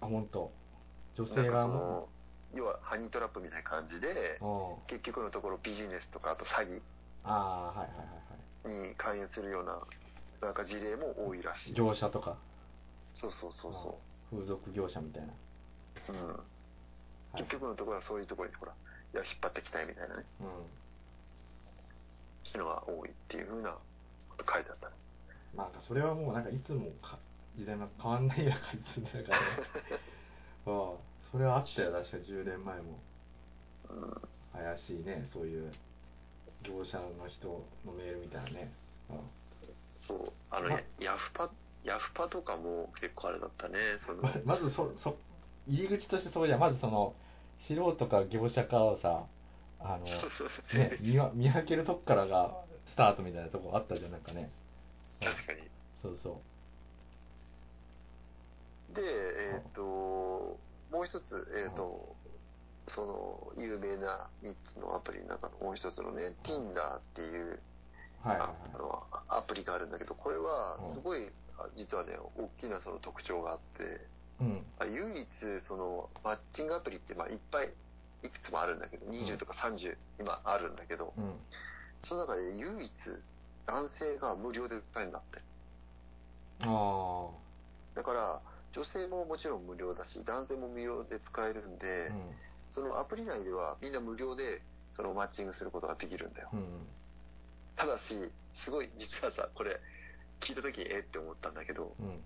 [SPEAKER 1] あ、ほんと。女
[SPEAKER 2] なん
[SPEAKER 1] 性
[SPEAKER 2] か
[SPEAKER 1] が
[SPEAKER 2] そ
[SPEAKER 1] も
[SPEAKER 2] の、要はハニートラップみたいな感じで
[SPEAKER 1] う、、うん
[SPEAKER 2] 結局のところビジネスとかあと詐欺
[SPEAKER 1] ああ、はいはいはいは
[SPEAKER 2] に関与するような、なんか事例も多いらし
[SPEAKER 1] い。
[SPEAKER 2] い。
[SPEAKER 1] 乗車とか、
[SPEAKER 2] そうそうそうそ
[SPEAKER 1] 風俗業者みたいな。
[SPEAKER 2] う。うん。
[SPEAKER 1] はい
[SPEAKER 2] 結局のところはそういうところにほら、いや、引っ張ってきたいみたいなね、
[SPEAKER 1] うん。
[SPEAKER 2] っていうのが多いっていうふうなこと書いてあったね。
[SPEAKER 1] なんかそれはもうなんかいつもか時代が変わんないような感じだから、ね、ああそれはあったよ確か10年前も
[SPEAKER 2] うん。
[SPEAKER 1] 怪しいねそういう業者の人のメールみたいなね、うん、
[SPEAKER 2] そう。あの
[SPEAKER 1] ま
[SPEAKER 2] ね、ヤフパ、ヤフパとかも結構あれだったね、その
[SPEAKER 1] ま、まずそそ入り口としてそうじゃんまずその素人か業者かをさあの、
[SPEAKER 2] そうそうそう
[SPEAKER 1] ね、見わ見分けるとこからがスタートみたいなとこあったじゃんなんかね
[SPEAKER 2] 確かに。
[SPEAKER 1] そうそ
[SPEAKER 2] で、えっ、と、もう一つ、えっ、と、その、有名な3つのアプリの中のもう一つのね、Tinder っていう、
[SPEAKER 1] うはいはい
[SPEAKER 2] ああ
[SPEAKER 1] は
[SPEAKER 2] のアプリがあるんだけど、これは
[SPEAKER 1] うん
[SPEAKER 2] すごい、あ実はね、大きなその特徴があって、
[SPEAKER 1] いうん
[SPEAKER 2] あ唯一、その、マッチングアプリって、まあ、いっぱい、いくつもあるんだけど、20とか30、今あるんだけど、
[SPEAKER 1] うん
[SPEAKER 2] その中で唯一、男性が無料で使えるんだって。
[SPEAKER 1] あ
[SPEAKER 2] だから、女性ももちろん無料だし、男性も無料で使えるんで、
[SPEAKER 1] あうん
[SPEAKER 2] そのアプリ内ではみんな無料でそのマッチングすることができるんだよ。
[SPEAKER 1] うん
[SPEAKER 2] ただし、すごい実はさ、これ聞いた時えって思ったんだけど、
[SPEAKER 1] うん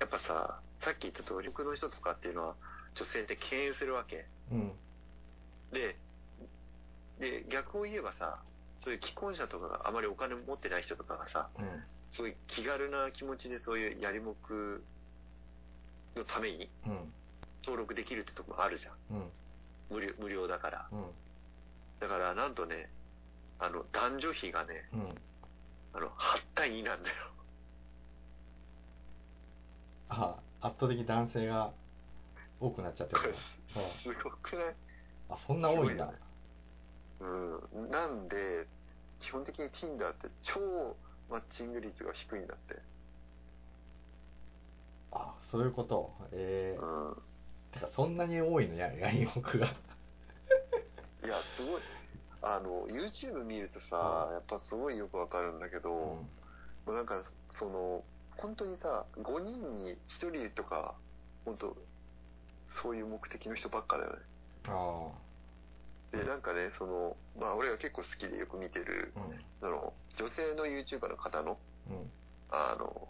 [SPEAKER 2] やっぱさ、さっき言った通り、僕の人とかっていうのは女性って敬遠するわけ。
[SPEAKER 1] うん
[SPEAKER 2] で、で、逆を言えばさ、そういう既婚者とかがあまりお金持ってない人とかがさ、
[SPEAKER 1] うん
[SPEAKER 2] すごい気軽な気持ちでそういうやりもくのために
[SPEAKER 1] うん、
[SPEAKER 2] 登録できるってとこもあるじゃん。
[SPEAKER 1] うん、
[SPEAKER 2] 無料無料だから。
[SPEAKER 1] うん、
[SPEAKER 2] だからなんとね、あの、男女比がね、
[SPEAKER 1] うん。
[SPEAKER 2] あの、8対2なんだよ。
[SPEAKER 1] あ、圧倒的に男性が多くなっちゃって
[SPEAKER 2] こ
[SPEAKER 1] る
[SPEAKER 2] れ。すごくない
[SPEAKER 1] あ、そんな多いんだ。
[SPEAKER 2] うん。なんで、基本的に Tinder って超マッチング率が低いんだって。
[SPEAKER 1] あ、そういうこと。え
[SPEAKER 2] うん。
[SPEAKER 1] ー、てかそんなに多いのや、 やりもくが。
[SPEAKER 2] いや、すごい。あの、YouTube 見るとさ、やっぱすごいよくわかるんだけど、
[SPEAKER 1] う
[SPEAKER 2] も
[SPEAKER 1] ん、
[SPEAKER 2] うなんか、その、本当にさ、5人に1人とか、本当そういう目的の人ばっかだよね。
[SPEAKER 1] あ
[SPEAKER 2] で、なんかね、その、まあ俺が結構好きでよく見てる、
[SPEAKER 1] あ、うん、
[SPEAKER 2] その、女性の YouTuber の方の、
[SPEAKER 1] うん、
[SPEAKER 2] あの、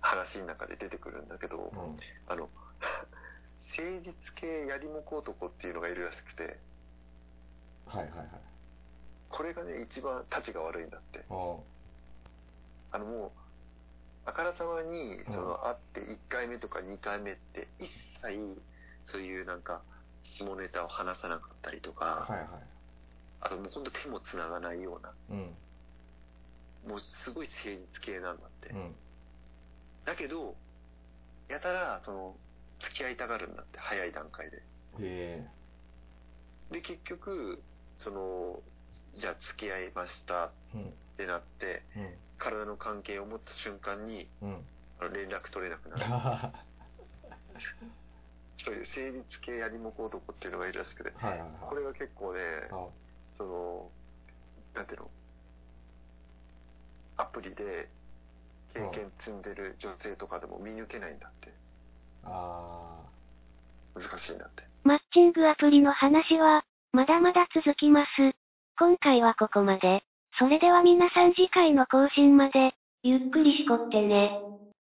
[SPEAKER 2] 話の中で出てくるんだけど、
[SPEAKER 1] うん。
[SPEAKER 2] あの、 誠実系やりもこ男っていうのがいるらしくて、
[SPEAKER 1] はいはいはい。
[SPEAKER 2] これがね、一番立ちが悪いんだって。
[SPEAKER 1] あ
[SPEAKER 2] あのもう、あからさまに、
[SPEAKER 1] ん
[SPEAKER 2] その、会って1回目とか2回目って、一切、そういうなんか、下ネタを話さなかったりと
[SPEAKER 1] あ、
[SPEAKER 2] か、
[SPEAKER 1] はいは
[SPEAKER 2] あともうほんと手も繋がないような、
[SPEAKER 1] い。うん、
[SPEAKER 2] もうすごい誠実系なんだって
[SPEAKER 1] う。ん。
[SPEAKER 2] だけど、やたら、その、付き合いたがるんだって、早い段階で。
[SPEAKER 1] え
[SPEAKER 2] で、結局、その、じゃあ付き合いましたっ
[SPEAKER 1] ー、うん、
[SPEAKER 2] てなって、
[SPEAKER 1] うん、
[SPEAKER 2] 体の関係を持った瞬間に、
[SPEAKER 1] うん。
[SPEAKER 2] あの連絡取れなくな
[SPEAKER 1] あ
[SPEAKER 2] る。
[SPEAKER 1] は
[SPEAKER 2] そういう成立系やりもこ男っていうのがいるらしくて、
[SPEAKER 1] ははいはい
[SPEAKER 2] こ
[SPEAKER 1] は
[SPEAKER 2] れ
[SPEAKER 1] い。
[SPEAKER 2] が結構ね、
[SPEAKER 1] あ
[SPEAKER 2] その、なんていうの、アプリで経験積んでる女性とかでも見抜けないんだって。
[SPEAKER 1] あ
[SPEAKER 2] 難しいんだって。
[SPEAKER 3] マッチングアプリの話は、まだまだ続きます。今回はここまで。それでは皆さん次回の更新まで、ゆっくりしこってね。